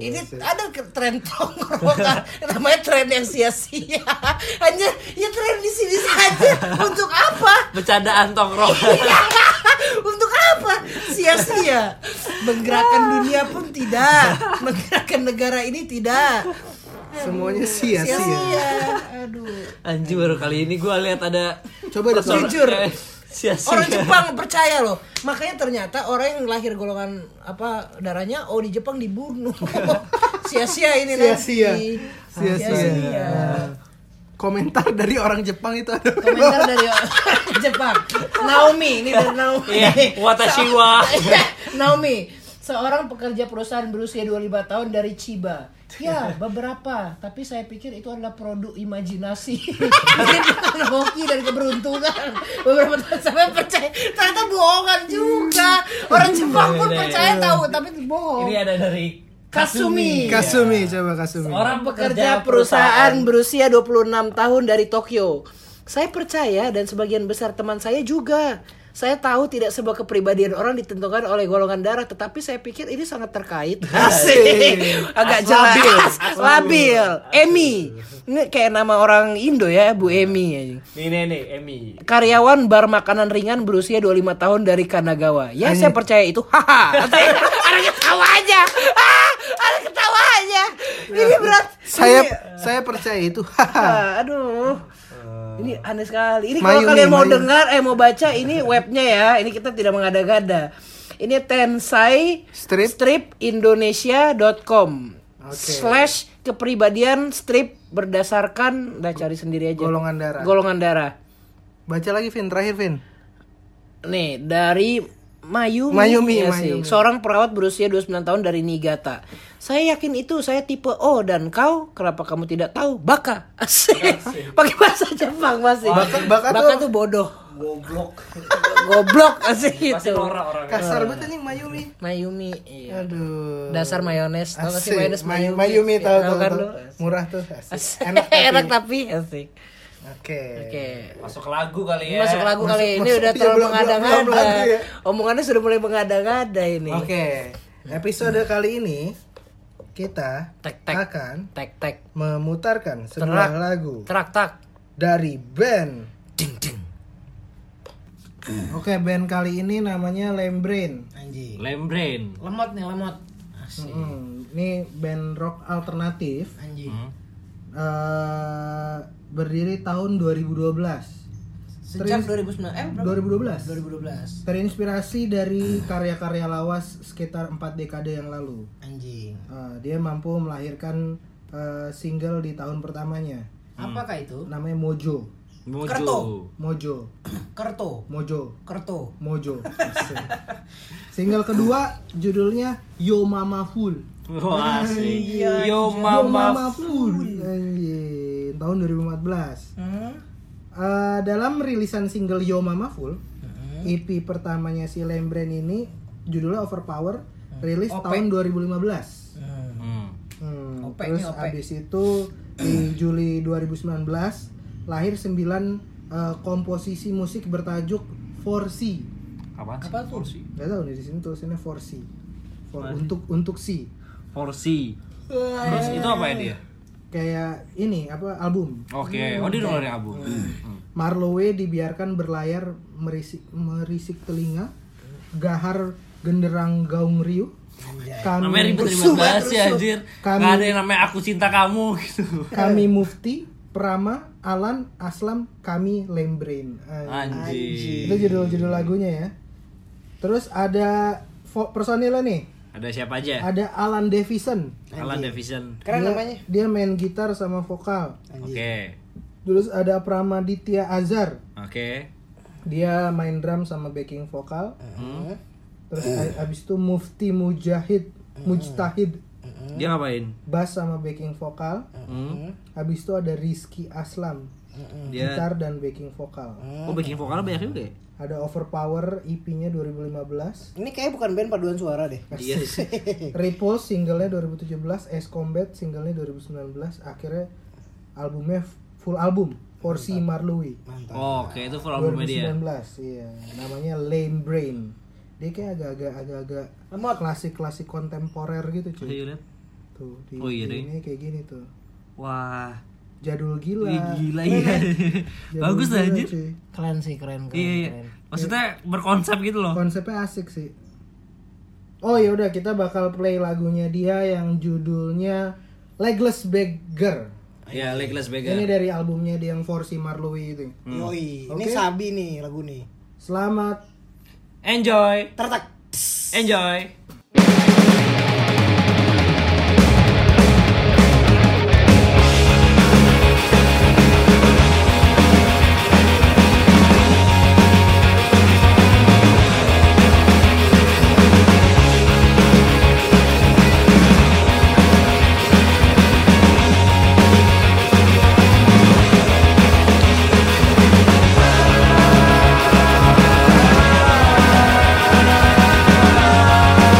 S2: ini ada ke tren tongkrongan namanya tren yang sia-sia hanya ya tren di sini saja untuk apa
S5: Bercandaan tongkrongan.
S2: untuk apa sia-sia menggerakkan dunia pun tidak menggerakkan negara ini tidak
S3: Semuanya sia-sia.
S2: sia-sia aduh
S5: Anjir baru kali ini gue lihat ada
S3: Coba deh,
S5: persoalan-
S2: Jujur.
S5: eh, Sia-sia.
S2: orang Jepang percaya loh makanya ternyata orang yang lahir golongan apa darahnya oh di Jepang dibunuh sia-sia ini
S3: Sia-sia.
S2: nanti
S3: Sia-sia. Komentar dari orang Jepang itu ada.
S2: komentar dari Jepang Naomi ini dari Naomi
S5: Iya, watashi wa.
S2: Naomi seorang pekerja perusahaan berusia 25 tahun dari Chiba ya beberapa tapi saya pikir itu adalah produk imajinasi mungkin bukan hoki dan keberuntungan beberapa tahun saya percaya ternyata bohongan juga orang Jepang pun percaya tahu tapi bohong
S5: Ini ada dari
S2: Kasumi.
S3: Kasumi coba Kasumi.
S5: Orang
S2: pekerja perusahaan berusia 26 tahun dari Tokyo. Saya percaya dan sebagian besar teman saya juga. Saya tahu tidak semua kepribadian orang ditentukan oleh golongan darah, tetapi saya pikir ini sangat terkait. Asik. Agak jelas. Labil. Emi. Ini kayak nama orang Indo ya, Bu
S5: Nih
S2: Emi.
S5: nih nih, Emi.
S2: Karyawan bar makanan ringan berusia 25 tahun dari Kanagawa. Ya, saya percaya itu. Haha. Asik. Ada ketawa aja. Ah, ada ketawa aja. Ini berat.
S3: Saya
S2: Iya.
S3: saya percaya itu.
S2: Ah, aduh. Ini aneh sekali. Ini kalau
S3: Mayu
S2: kalian
S3: nih,
S2: mau
S3: Mayu.
S2: dengar eh mau baca ini webnya ya. Ini kita tidak mengada-gada. Ini tensai
S3: Strip?
S2: indonesia.com slash kepribadian strip berdasarkan udah cari sendiri aja
S3: Golongan darah.
S2: golongan darah
S3: Baca lagi Vin, terakhir Vin.
S2: nih dari Mayumi,
S3: Mayumi,
S2: ya sih.
S3: Mayumi.
S2: seorang perawat berusia 29 tahun dari Niigata. Saya yakin itu saya tipe O dan kau kenapa kamu tidak tahu baka? Asik. Pakai bahasa Jepang masih.
S3: Baka- baka tuh-
S2: tuh bodoh.
S5: Goblok.
S2: Goblok asik gitu.
S5: Orang orang.
S3: Kasar banget anjing Mayumi.
S2: Mayumi. Iya.
S3: Aduh.
S2: Dasar mayones. Tahu nggak sih
S3: Asik.
S2: mayones
S3: May-
S2: Mayumi?
S3: Mayumi
S2: Iya,
S3: tahu
S2: kan
S3: tahu. tahu.
S2: lu?
S3: Murah tuh. asik.
S2: Asik.
S3: Enak tapi.
S2: Enak tapi asik.
S3: Oke.
S2: Oke.
S5: Masuk lagu kali ya.
S2: Ini Masuk lagu kali ini
S3: masuk-
S2: udah
S3: iya,
S2: terlalu
S3: belum- belum- belum
S2: mengada-ngada.
S3: lagu ya.
S2: Omongannya sudah mulai mengada-ngada ini.
S3: Oke. Episode kali ini kita
S2: Tek, tek.
S3: akan
S2: Tek tek
S3: memutarkan
S2: Terak.
S3: sebuah lagu
S2: trak tak.
S3: dari band.
S2: Ding ding.
S3: Oke, band kali ini namanya Lembrain. Anjing.
S5: Lembrain.
S2: Lemot nih lemot. Asik.
S3: Hmm, ini band rock alternatif.
S2: Anjing.
S3: eh berdiri tahun 2012.
S2: Sejak 2009 eh berapa? 2012.
S3: 2012. Terinspirasi dari karya-karya lawas sekitar 4 dekade yang lalu.
S2: Anjing.
S3: Eh, dia mampu melahirkan eh, single di tahun pertamanya.
S2: Apakah itu?
S3: Namanya Mojo.
S2: Kerto.
S5: Mojo.
S3: Mojo.
S2: Kerto.
S3: Mojo.
S2: Kerto.
S3: Mojo. Single kedua judulnya Yo Mama Full.
S5: Wah, asik. Yo
S3: iya. Yo Mama
S5: mama.
S3: Full. Anjing. Tahun 2014.
S2: Hmm.
S3: Eh, dalam rilisan single Yo Mama Full, EP pertamanya si Lembren ini judulnya Overpower, rilis tahun 2015.
S5: Hmm.
S3: Hmm,
S2: OP,
S3: terus
S2: ini OP.
S3: abis itu di Juli 2019 lahir 9 komposisi musik bertajuk 4C.
S5: Apaan sih?
S2: Apa tuh?
S5: Porsi.
S3: Gak tahu nih di sini tulisannya 4C. For, untuk untuk C.
S5: Porsi. Terus itu apa ya dia?
S3: Kayak ini apa album
S5: Oke, oh dia dengerin album. Hmm.
S3: Marlowe dibiarkan berlayar merisik, merisik telinga, gahar genderang gaung riuh.
S5: Namanya
S3: Kami,
S5: ribet-ribet banget sih anjir.
S3: Kami-
S5: Gak ada yang namanya aku cinta kamu gitu.
S3: kami Mufti, Prama, Alan, Aslam, kami Lembrain. Ay-
S5: Anjir.
S3: Itu judul-judul lagunya ya. Terus ada vo- personilnya nih,
S5: Ada siapa aja?
S3: ada Alan Davison.
S5: Alan Davison.
S2: Keren
S3: Dia-
S2: namanya.
S3: Dia main gitar sama vokal.
S5: Oke.
S3: Terus ada Pramaditya Azhar.
S5: Oke.
S3: Dia main drum sama backing vokal.
S5: Hmm.
S3: Terus a- abis itu Mufti Mujahid,
S5: Hmm.
S3: Mujtahid
S5: Dia ngapain?
S3: bass sama backing vokal.
S5: Hmm.
S3: Abis itu ada Rizky Aslam,
S5: Dia
S3: gitar dan backing vokal.
S5: Oh, backing vokalnya banyak juga ya?
S3: Ada Overpower E EP-nya 2015.
S2: Ini kayak bukan band paduan suara deh.
S5: Iya sih.
S3: Repulse singlenya 2017, Ace Combat singlenya 2019, akhirnya albumnya f- full album Porsi Marlowe
S5: Oke, itu full albumnya dia.
S3: 2019, iya namanya Lame Brain. Dia kayak agak-agak agak-agak
S2: Lemot.
S3: klasik-klasik kontemporer gitu cuy.
S5: Ayo lihat.
S3: Tuh di,
S5: Oh, iya,
S3: di
S5: deh.
S3: ini kayak gini tuh.
S5: Wah,
S3: Jadul gila.
S5: Ih, gila iya.
S3: Jadul
S5: Bagus lah
S3: gila,
S5: anjir.
S3: cuy.
S2: Keren sih, keren keren.
S5: Iya, iya.
S2: keren.
S5: Maksudnya berkonsep gitu loh.
S3: Konsepnya asik sih. Oh ya udah kita bakal play lagunya dia yang judulnya Legless Beggar.
S5: Iya, Legless
S3: Ini
S5: Beggar.
S3: dari albumnya dia yang Forsi Marlowe itu.
S2: Hmm.
S6: Yoi, ini
S3: Oke.
S6: sabi nih lagu nih.
S3: Selamat
S5: Enjoy.
S6: Tertak.
S5: Enjoy.
S7: Terima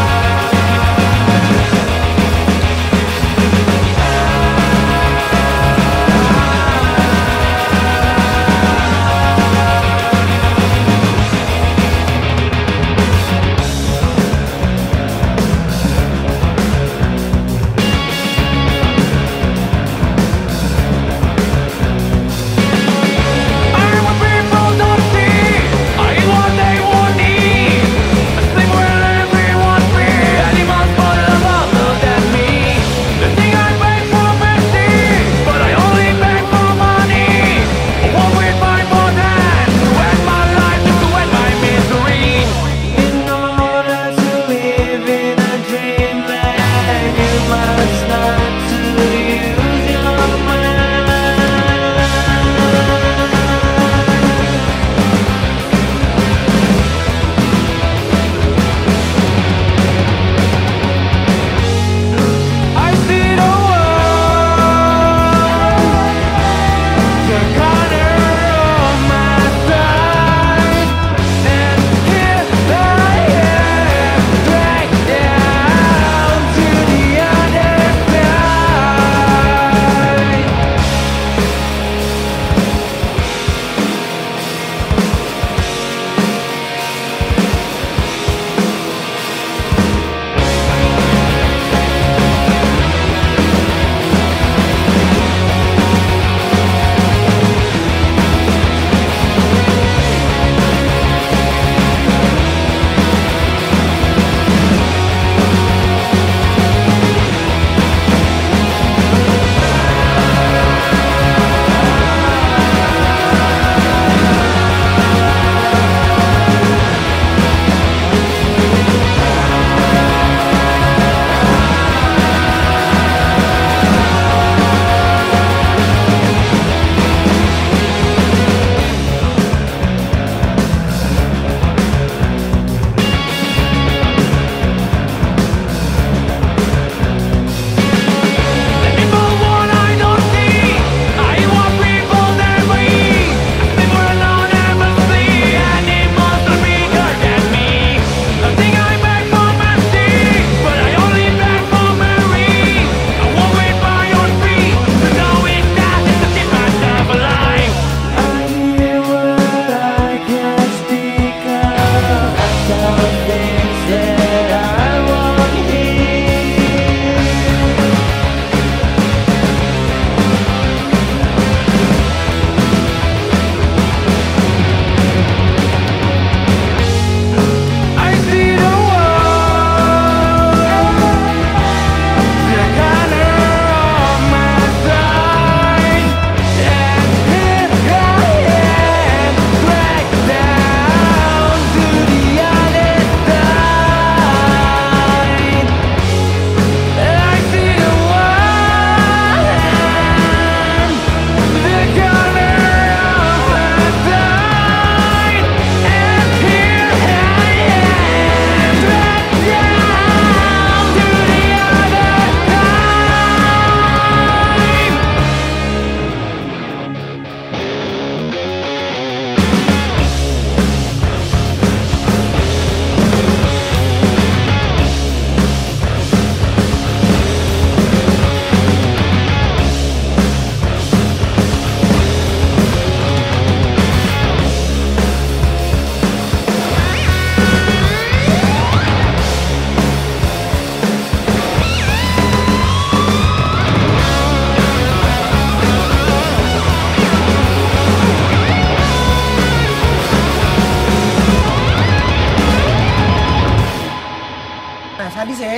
S2: Nah, sadis ya.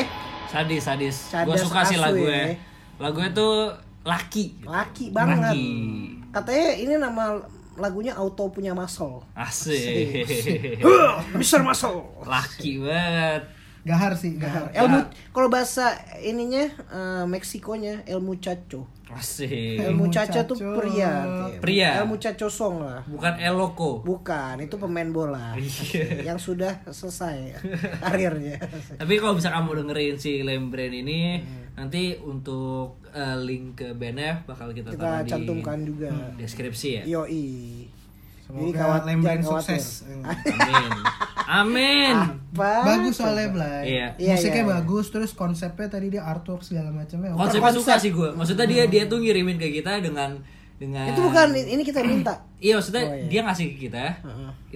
S4: sadis sadis gue
S2: Sadis
S4: suka
S2: asu
S4: sih
S2: ya.
S4: lagunya lagunya tuh laki
S2: Laki banget.
S4: Laki.
S2: Katanya ini nama lagunya Auto punya Masol.
S4: asik
S2: Mister Masol.
S4: laki banget
S3: Gahar sih, gahar.
S2: El Mu- kalau bahasa ininya eh, Meksikonya El Muchacho.
S4: asik
S2: El Muchacho tuh pria.
S4: Pria.
S2: El Muchacho song lah.
S4: bukan eloko
S2: Bukan, itu pemain bola
S4: Iya.
S2: yang sudah selesai karirnya.
S4: tapi kalau bisa kamu dengerin si Lembren ini
S2: Hmm.
S4: nanti untuk eh, link ke BNF bakal kita,
S2: Kita
S4: taruh di
S2: cantumkan Iya. juga.
S4: deskripsi ya
S2: Yoi.
S3: Semoga
S2: khawat-
S3: Lembren
S2: jangan khawatir.
S3: sukses.
S4: amin amin
S2: Apa?
S3: Bagus soalnya Blay.
S4: Iya.
S2: Iya,
S3: Musiknya
S2: iya.
S3: bagus, terus konsepnya tadi dia artwork segala macamnya.
S2: Ah,
S3: oke.
S4: konsepnya suka sih gue maksudnya dia dia tuh ngirimin ke kita dengan dengan
S2: Itu bukan ini kita minta.
S4: iya maksudnya dia ngasih ke kita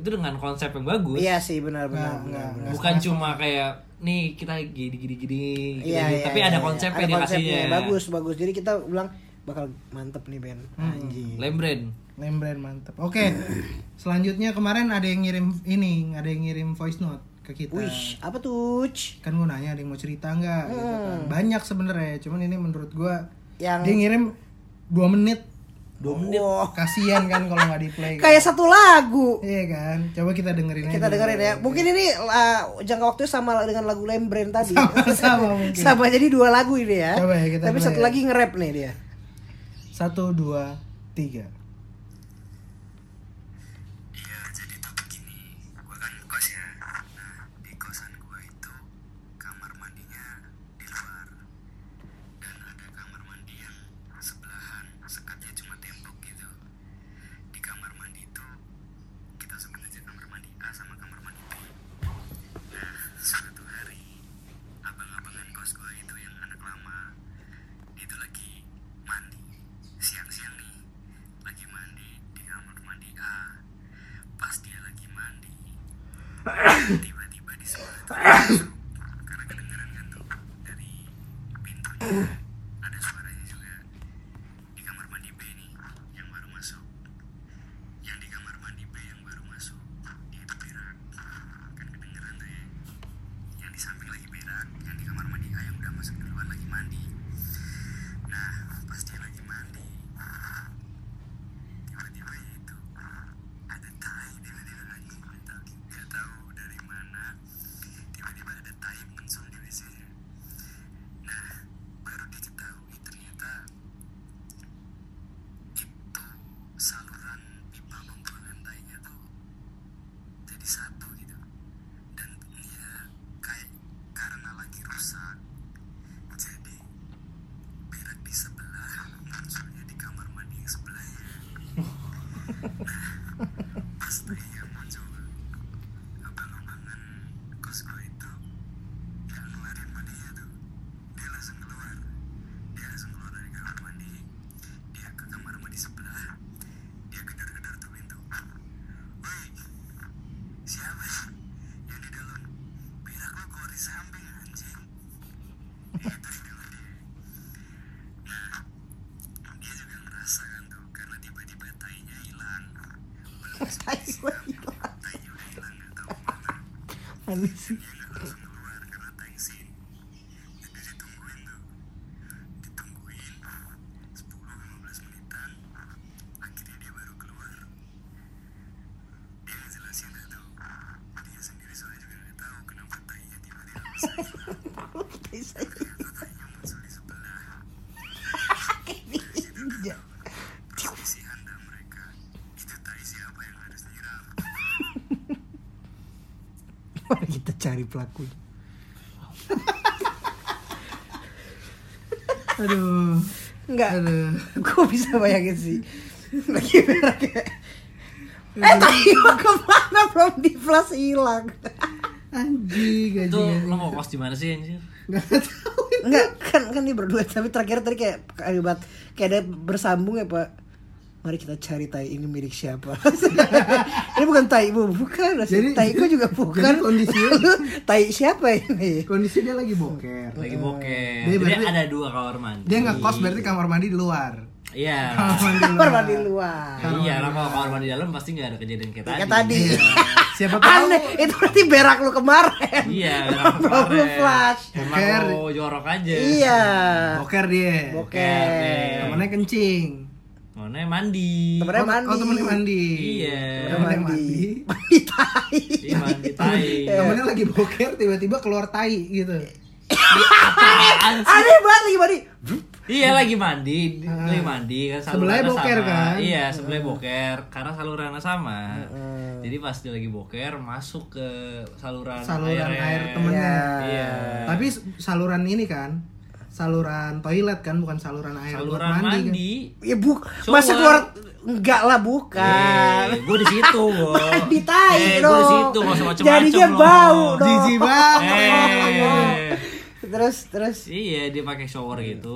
S4: itu dengan konsep yang bagus
S2: Iya sih benar-benar.
S3: Nah, nah, nah.
S4: bukan cuma kayak nih kita gini gini gini, gini,
S2: Iya,
S4: gini.
S2: iya,
S4: tapi
S2: iya,
S4: ada
S2: iya.
S4: konsepnya
S2: Ada
S4: dia
S2: konsepnya.
S4: kasihnya
S2: Bagus, bagus. Jadi kita bilang bakal mantep nih band.
S3: Hmm.
S2: Anjing.
S4: Lembren
S3: Lembren mantep. Oke. Selanjutnya kemarin ada yang ngirim ini, ada yang ngirim voice note ke kita.
S2: Wish, apa tuh? Uch?
S3: Kan gue nanya ada yang mau cerita nggak gitu kan. Banyak sebenarnya, cuman ini menurut gua
S2: Hmm. Yang-
S3: dia ngirim 2 menit.
S2: Wow.
S3: Kasihan kan kalau nggak di-play. kan.
S2: Kayak satu lagu.
S3: Iya kan? Coba kita dengerin
S2: Kita dengerin ya. Mungkin ini uh, jangka waktunya sama dengan lagu Lembren tadi.
S3: Sama-sama mungkin.
S2: Sama jadi dua lagu ini ya.
S3: Coba ya, kita
S2: Tapi
S3: play
S2: satu
S3: ya.
S2: lagi nge-rap nih dia.
S3: 1 2 3.
S7: Iya, jadi tuh begini, gue kan kos ya. Nah, di kosan gue itu kamar mandinya di luar dan ada kamar mandi yang sebelahan, sekatnya cuma tembok gitu. Di kamar mandi itu kita sebut aja kamar mandi A sama kamar mandi B. Nah, suatu hari abang-abangan kos gue itu yang anak lama itu lagi mandi siang-siang nih lagi mandi di kamar mandi A pas dia lagi mandi tiba-tiba di sebelah tuh ada masuk. karena kedengeran kan tuh dari pintunya ada suaranya juga di kamar mandi B nih yang baru masuk yang di kamar mandi B yang baru masuk dia itu berak kan kedengeran tuh ya yang di samping lagi berak yang di kamar mandi A yang udah masuk duluan lagi mandi nah pas dia lagi mandi tiba-tiba ya itu ada tai tiba-tiba anjing nggak tahu nggak tahu dari mana tiba-tiba ada tai mensum di wc -nya. nah baru diketahui ternyata itu saluran pipa pembuangan tainya tuh jadi satu gitu dan dia kayak karena lagi rusak jadi berak di sebelah munculnya di kamar mandi yang ya. sebelahnya pas dia muncul abang-abangan kos gue itu gak ngeluarin mandinya tuh dia langsung keluar dia langsung keluar dari kamar mandi dia ke kamar mandi sebelah dia gedor-gedor tuh pintu woi siapa yang di dalam berak lo keluar di samping anjing Dikatain sama dia. Nah, dia juga ngerasa kan tuh karena tiba-tiba tainya hilang belum
S2: Tai gua hilang.
S7: tainya udah hilang nggak tahu kemana dia nggak langsung keluar karena tensi jadi ditungguin tuh ditungguin 10-15 menitan akhirnya dia baru keluar dia ngejelasin lah tuh dia sendiri soalnya juga nggak tahu kenapa tainya tiba-tiba bisa hilang ternyata tainya muncul di sebelah kondisi anda mereka itu tai siapa yang harus nyiram
S2: Mari kita cari pelakunya.
S3: Aduh.
S2: Enggak.
S3: Aduh.
S2: Gue bisa bayangin sih. Lagi berak ya. Eh tadi gua kemana belum di flash hilang
S3: Anjing,
S4: itu
S2: Iya.
S3: anjing.
S4: lo mau kos di mana sih anjir
S2: Enggak kan kan ini berdua tapi terakhir tadi kayak akibat kayak ada bersambung ya pak Mari kita cari tai ini milik siapa Ini bukan tai bu bukan
S3: Jadi-
S2: Tai ku juga bukan
S3: jadi kondisinya-
S2: Lalu, Tai siapa ini
S3: Kondisi dia lagi boker.
S4: lagi
S3: Dia
S4: bokeh jadi
S3: berarti-
S4: ada dua kamar mandi
S3: Dia nggak kos berarti kamar mandi di luar.
S4: iya
S3: Kamar mandi di
S2: Kamar mandi luar
S4: iya lah kalau kamar mandi dalam pasti nggak ada kejadian kayak
S2: Kayak
S4: tadi
S2: tadi
S3: Siapa tahu
S2: Aneh, itu berarti berak lu kemarin.
S4: Iya,
S2: Baru flash.
S4: Emang
S3: Boker.
S4: mau jorok aja.
S2: Iya.
S3: boker dia.
S2: Boker.
S3: Temennya kencing.
S4: Mana mandi.
S2: Temennya
S3: Oh,
S2: mandi.
S3: Oh, temennya mandi.
S4: Iya.
S3: Temennya mandi.
S2: Mandi tai.
S4: Iya, mandi tai.
S3: Temennya lagi boker tiba-tiba keluar tai gitu.
S4: Iya. Apaan sih?
S2: Aneh banget lagi mandi.
S4: Iya lagi mandi, lagi mandi
S3: Ah. Sebelahnya
S4: kan salurannya
S3: boker,
S4: sama.
S3: kan?
S4: Iya, sebelah boker karena salurannya sama. Jadi pas dia lagi boker masuk ke saluran,
S3: Saluran
S4: airnya.
S3: air temennya.
S4: Iya.
S3: Tapi s- saluran ini kan saluran toilet kan bukan saluran air buat
S4: Saluran mandi.
S3: mandi. kan?
S2: Ya buk,
S4: Shower.
S2: masa keluar enggak lah bukan.
S3: Iya.
S4: Eh, gue di situ, gue.
S2: Mandi Kan? tai
S4: eh,
S2: dong.
S4: Gue di situ, Eh. nggak usah macem-macem
S2: Jadinya
S4: lo.
S2: bau dong.
S3: Jijik banget.
S4: Eh,
S2: Terus terus Hmm.
S4: iya dia pakai shower gitu.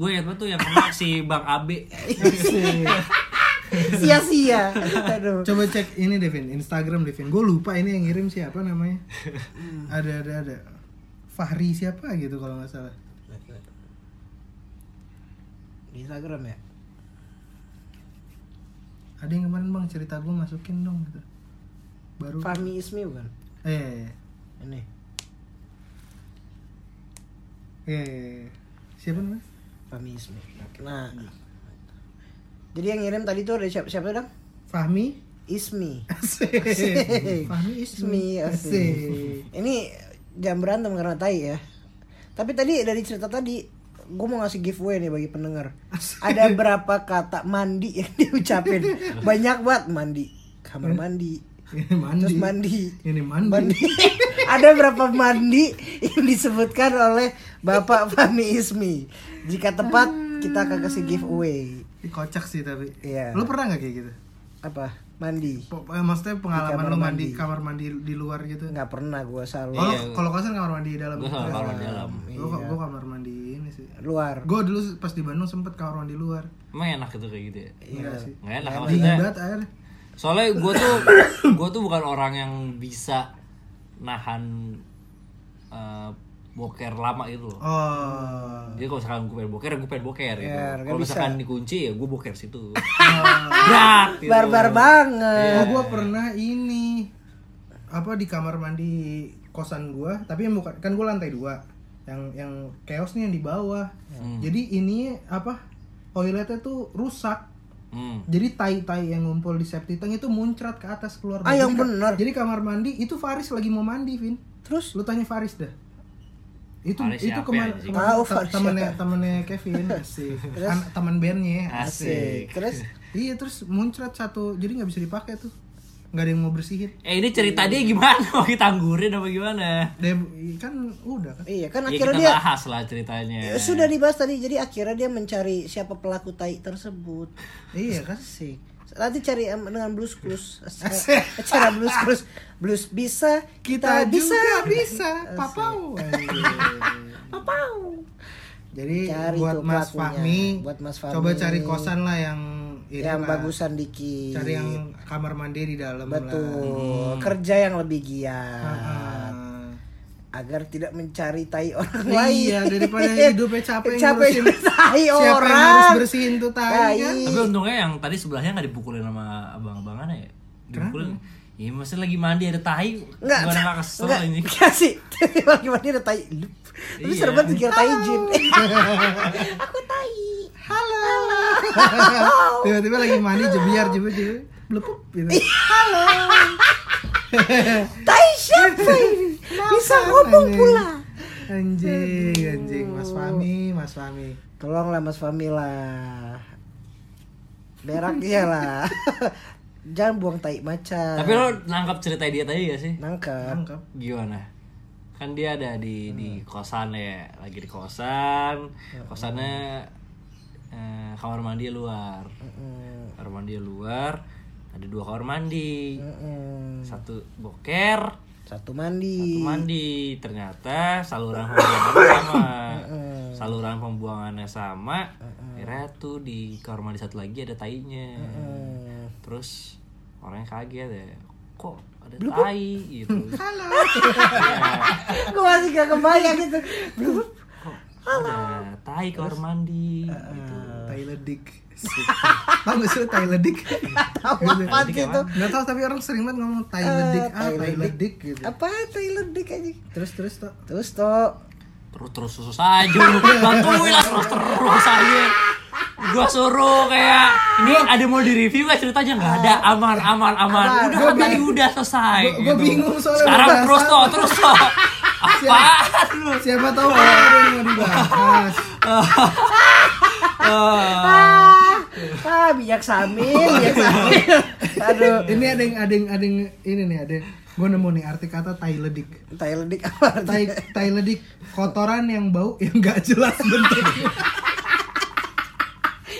S4: Gue ingat banget tuh yang kena si Bang Abe.
S2: sia-sia. Aduh.
S3: Coba cek ini Devin, Instagram Devin. Gue lupa ini yang ngirim siapa namanya. ada ada ada. Fahri siapa gitu kalau nggak salah.
S8: Di Instagram ya?
S3: Ada yang kemarin bang cerita gue masukin dong gitu. Baru.
S8: Fahmi Ismi bukan?
S3: Eh.
S8: Ini.
S3: Eh. Siapa namanya?
S8: Fahmi Ismi.
S2: Nah. Jadi yang ngirim tadi tuh ada siapa siapa dong?
S3: Fahmi.
S2: Ismi.
S3: Asik. Fahmi Ismi.
S2: Ismi, asik.
S3: Asik.
S2: Ini jam berantem karena tai ya. Tapi tadi dari cerita tadi gue mau ngasih giveaway nih bagi pendengar. Ada berapa kata mandi yang diucapin? Banyak banget mandi, kamar mandi,
S3: Ini Hmm. mandi.
S2: terus mandi.
S3: Ini mandi.
S2: Mandi. Ada berapa mandi yang disebutkan oleh Bapak Fahmi Ismi? Jika tepat kita akan kasih giveaway.
S3: Ih, Kocak sih tapi.
S2: Iya.
S3: Lu pernah nggak kayak gitu?
S2: Apa? Mandi.
S3: Po- eh, Maksudnya pengalaman
S2: kamar
S3: lu mandi,
S2: mandi.
S3: kamar mandi di luar gitu?
S2: nggak pernah gue selalu
S3: Kalau kalau kosan kamar mandi dalam.
S4: Gue sama Iya. kamar dalam.
S2: Iya.
S3: Gue gue kamar mandi ini sih.
S2: luar.
S3: Gue dulu pas di Bandung sempet kamar mandi luar.
S4: Emang enak gitu kayak gitu ya?
S2: Iya
S3: Enggak sih.
S4: Nggak enak maksudnya.
S3: Dingin banget air.
S4: Soalnya gue tuh gue tuh bukan orang yang bisa nahan eh, boker lama gitu loh.
S3: Oh.
S4: Jadi kalau misalkan gue pengen boker, gue pengen boker gitu.
S2: Boker, nggak
S4: Kalau
S2: bisa. Oh.
S4: misalkan dikunci ya gue boker situ. Berat gitu.
S2: Barbar
S3: Oh,
S2: banget.
S3: gue pernah ini apa di kamar mandi kosan gua tapi yang bukan kan gua lantai dua yang yang chaos nih yang di bawah
S2: Hmm.
S3: jadi ini apa toiletnya tuh rusak
S4: Hmm.
S3: jadi tai tai yang ngumpul di septic tank itu muncrat ke atas keluar
S2: Ah,
S3: Jadi
S2: yang
S3: ka-
S2: bener.
S3: jadi kamar mandi itu Faris lagi mau mandi Vin
S2: Terus ya?
S3: lu tanya Faris dah itu
S4: Faris
S3: itu
S4: siapa
S3: kemana
S4: anjing?
S3: kemana-
S2: Tahu
S3: ta-
S2: Faris
S3: temennya
S2: siapa.
S3: temennya Kevin asik An- temen bandnya
S4: Asik.
S2: terus
S3: Iya terus muncrat satu jadi nggak bisa dipakai tuh nggak ada yang mau bersihin
S4: Eh ini cerita dia gimana? Mau ditanggurin apa gimana?
S3: Dia kan udah kan
S2: iya kan
S4: Ya
S2: akhirnya
S4: kita
S2: dia
S4: bahas lah ceritanya.
S2: Ya, sudah dibahas tadi jadi akhirnya dia mencari siapa pelaku tai tersebut.
S3: iya kan
S2: Asik. Nanti cari em, dengan blues clues acara, acara blues clues blues bisa kita,
S3: kita,
S2: bisa Iya.
S3: juga bisa papau
S2: papau
S3: jadi
S2: Cari
S3: buat
S2: tuh
S3: Mas
S2: pelakunya.
S3: Fahmi
S2: Buat Mas Fahmi.
S3: coba cari kosan lah yang ini
S2: yang
S3: lah.
S2: bagusan dikit
S3: Iya. cari yang Hmm. kamar mandi di dalam lah.
S2: betul kerja yang lebih giat
S3: Ah.
S2: agar tidak mencari tai orang lain
S3: Iya daripada hidupnya capek
S2: capek
S3: ngurusin
S2: tai
S3: siapa
S2: orang
S3: yang harus bersihin tuh tai kan?
S4: Tapi untungnya yang tadi sebelahnya nggak dipukulin sama abang-abangannya ya. Dipukulin. Iya, maksudnya lagi mandi ada tai.
S2: Enggak,
S4: Gimana nggak kesel
S2: enggak,
S4: ini?
S2: enggak Iya sih. Tiba-tiba gimana ada tai. Lup. Tapi
S4: Iya.
S2: serem banget dikira tai jin. Aku tai. Halo. Halo.
S3: tiba-tiba lagi mandi jebiar jebiar jebiar blepup gitu
S2: Iya, tai siapa ini? Bisa ngomong
S3: Anjing.
S2: pula.
S3: anjing anjing Mas Fahmi Mas Fahmi
S2: Tolonglah Mas Famila. Beraknya lah. Jangan buang tai macan.
S4: Tapi lo nangkap cerita dia tadi gak sih?
S2: nangkep.
S3: tangkap
S4: Gimana? Kan dia ada di di kosan ya, lagi di kosan. Kosannya eh, kamar mandi luar. Kamar mandi luar, ada dua kamar mandi.
S2: Mm,
S4: Satu boker,
S2: Satu
S4: satu
S2: mandi.
S4: mandi. Ternyata saluran pembuangannya sama. Saluran pembuangannya sama. Akhirnya tuh di kamar mandi satu lagi ada tainya.
S2: Mm,
S4: terus orangnya kaget ya kok ada tai gitu halo
S2: Gue masih gak kebayang gitu. Blup.
S4: ada tai kamar mandi gitu
S3: Eh, Thailand dick Ah, Tahu nggak sih lo tai ledik?
S2: Tahu apa itu? Eh,
S3: Nggak tahu tapi orang sering banget ngomong tai ledik. Ah, tai ledik gitu.
S2: Apa tai ledik aja?
S3: Terus terus tuh.
S2: Terus toh
S4: terus terus terus aja lu. bantuin lah terus terus aja gua suruh kayak ini ada mau di review gak ceritanya nggak ada
S3: Ah.
S4: aman aman aman udah kan tadi udah selesai gitu.
S3: gua- gua bingung soalnya
S4: sekarang
S3: bahasa
S4: terus toh
S3: apa.
S4: terus toh apaan lu
S3: Siapa tahu orang ada yang mau dibahas.
S4: Oh.
S2: ah bijak samil, bijak samil. Aduh,
S3: Ini ada yang ada yang ada yang ini nih ada. Gue nemu nih arti kata tai ledik.
S2: tai ledik apa? artinya?
S3: Tai tai ledik kotoran yang bau yang nggak jelas bentuknya.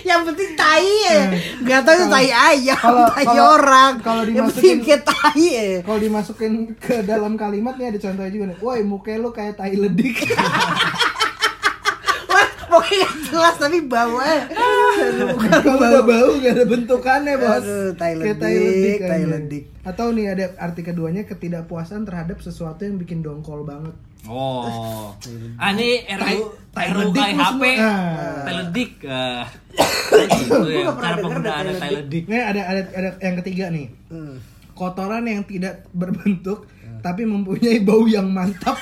S2: Yang penting tai ya. Gak tau itu tai ayam,
S3: Hmm. kalau-
S2: tai
S3: kalau-
S2: orang.
S3: kalau
S2: Yang penting
S3: dimasukin-
S2: kayak tai ya.
S3: Kalau dimasukin ke dalam kalimat nih ada contohnya juga nih. Woi, muka lu kayak tai ledik.
S2: Wah, pokoknya gak jelas tapi eh. baunya.
S3: Kalau bau-bau gak ada bentukannya, Bos.
S2: Aduh, tai
S3: Kayak
S2: ledik,
S3: aja.
S2: tai ledik.
S3: Atau nih ada arti keduanya ketidakpuasan terhadap sesuatu yang bikin dongkol banget.
S4: oh ah ini RU
S3: tai
S4: RU
S3: ledik
S4: kayak
S3: lu
S4: HP
S3: semua. Ah.
S4: teledik ah itu
S2: Gua nggak
S4: ya
S2: pernah
S4: cara
S2: denger
S4: penggunaan
S2: ada tai
S4: teledik
S3: Nih ada ada ada yang ketiga nih. Kotoran yang tidak berbentuk tapi mempunyai bau yang mantap.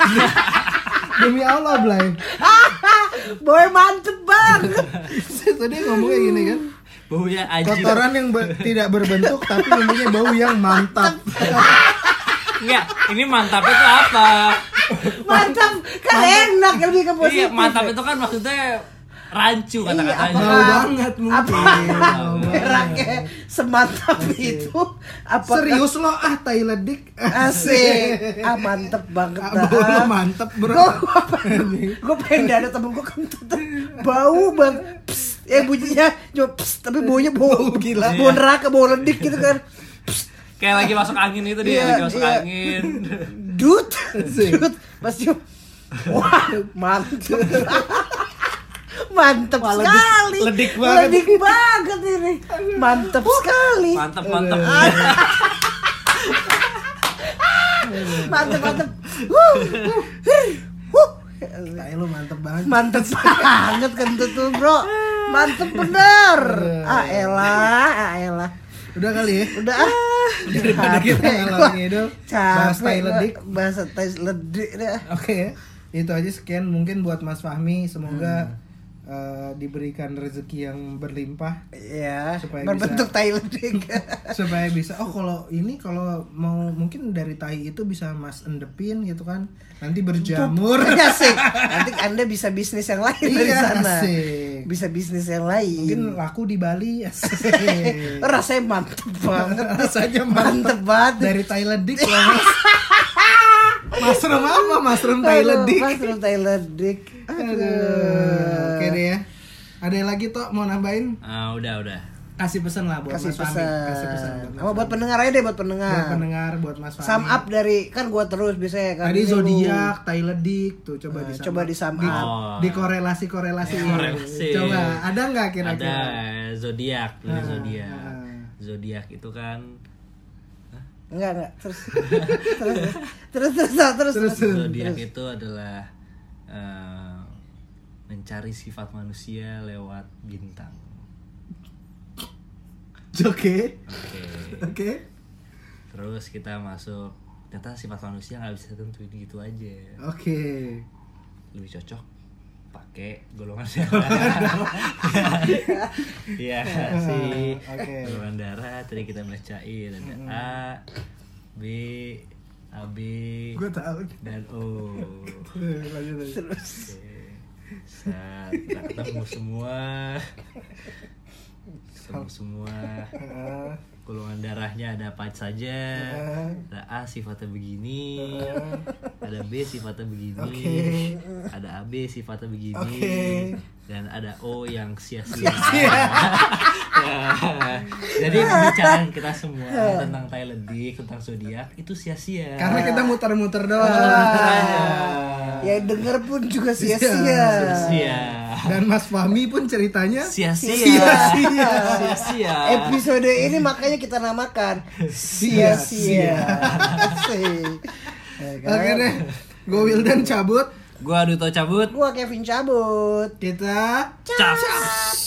S3: Demi Allah, Blay.
S2: Boy mantep banget.
S3: Tadi ngomongnya gini kan.
S4: baunya anjing
S3: Kotoran yang ber- tidak berbentuk tapi mempunyai bau yang mantap.
S4: enggak ini mantapnya tuh apa
S2: Mantap, kan enak lebih ke positif.
S4: iya mantap itu kan maksudnya rancu
S2: Iya,
S4: kata-katanya
S3: Bau banget mungkin.
S4: Iya,
S2: Peraknya semantap itu. Apa
S3: Serius lo ah tai ledik.
S2: Asik. Ah mantep banget
S3: Ah,
S2: dah.
S3: Bau lo mantep bro.
S2: gue pengen ada temen gue kentut bau banget Psst. eh bunyinya cuma psst, tapi baunya bau gila bau neraka bau ledik gitu kan
S4: kayak lagi masuk angin itu dia
S2: Iya,
S4: lagi masuk
S2: iya.
S4: angin
S2: dut dut pas cium wah mantep mantep sekali
S3: ledik banget.
S2: ledik banget ini mantep sekali
S4: mantap mantap
S2: Iya. mantep mantep Wuh, wuh, hir, wuh.
S3: Tai lo mantep banget.
S2: mantep banget kentut tuh bro mantep bener ah elah ah elah
S3: Udah kali ya.
S2: udah ah
S3: Daripada kita ngalangin itu.
S2: Capek
S3: Bahas tai
S2: gua,
S3: ledik.
S2: bahasa tai ledik dah
S3: Oke ya. Itu aja sekian mungkin buat Mas Fahmi. Semoga eh, diberikan rezeki yang berlimpah
S2: ya
S3: Supaya
S2: berbentuk tai ledik
S3: supaya bisa oh kalau ini kalau mau mungkin dari tai itu bisa mas endepin gitu kan nanti berjamur
S2: asik Iya nanti anda bisa bisnis yang lain dari
S3: Iya,
S2: sana
S3: asik.
S2: bisa bisnis yang lain
S3: mungkin laku di Bali asik.
S2: rasanya mantep banget
S3: rasanya
S2: mantep banget
S3: dari tai ledik lah mas masrem apa masrem tai
S2: Aduh,
S3: ledik
S2: mushroom tai ledik
S3: Aduh, oke deh ya ada yang lagi toh mau nambahin
S4: ah udah udah
S3: kasih pesan lah buat
S2: kasih
S3: mas Fahmi kasih pesan
S2: pesan
S3: buat mas
S2: sama buat pendengar aja deh buat pendengar
S3: buat pendengar buat mas Fahmi
S2: Nah. sum up dari kan gua terus biasanya kan
S3: tadi
S2: ini lu.
S3: zodiak tai ledik tuh coba di
S2: Eh, coba di sum
S3: di,
S2: up
S3: di korelasi korelasi
S4: Korelasi.
S3: coba ada nggak
S4: ada
S3: kira-kira
S4: eh, zodiak
S2: Ah,
S4: dari zodiak zodiak itu kan
S2: enggak enggak terus terus terus terus terus, terus, terus.
S4: zodiak itu adalah eh, mencari sifat manusia lewat bintang
S3: oke
S4: oke
S3: oke
S4: terus kita masuk ternyata sifat manusia nggak bisa tentuin gitu aja
S3: oke
S4: lebih cocok pakai golongan darah iya nggak sih
S3: Oke.
S4: golongan darah tadi kita bacain ada A B AB
S3: gue tahu
S4: dan O
S3: Lanjut, lanjut.
S4: saat kita ketemu semua ketemu semua
S3: Ah,
S4: golongan darahnya ada apa saja ada A sifatnya begini ada B sifatnya begini
S3: Oke.
S4: ada AB sifatnya begini
S3: Oke.
S4: dan ada O yang sia-sia Ya. jadi pembicaraan kita semua tentang tai ledik tentang zodiak itu sia-sia
S3: karena kita muter-muter doang
S2: ya denger pun juga
S3: Iya.
S2: sia-sia
S4: sia
S3: dan Mas Fahmi pun ceritanya
S4: sia-sia sia-sia
S3: Eh,
S2: episode ini makanya kita namakan sia-sia Asik. Ya kan?
S3: oke deh gue Wildan cabut
S4: gua Duto cabut
S2: gua Kevin cabut
S3: kita
S4: Caps.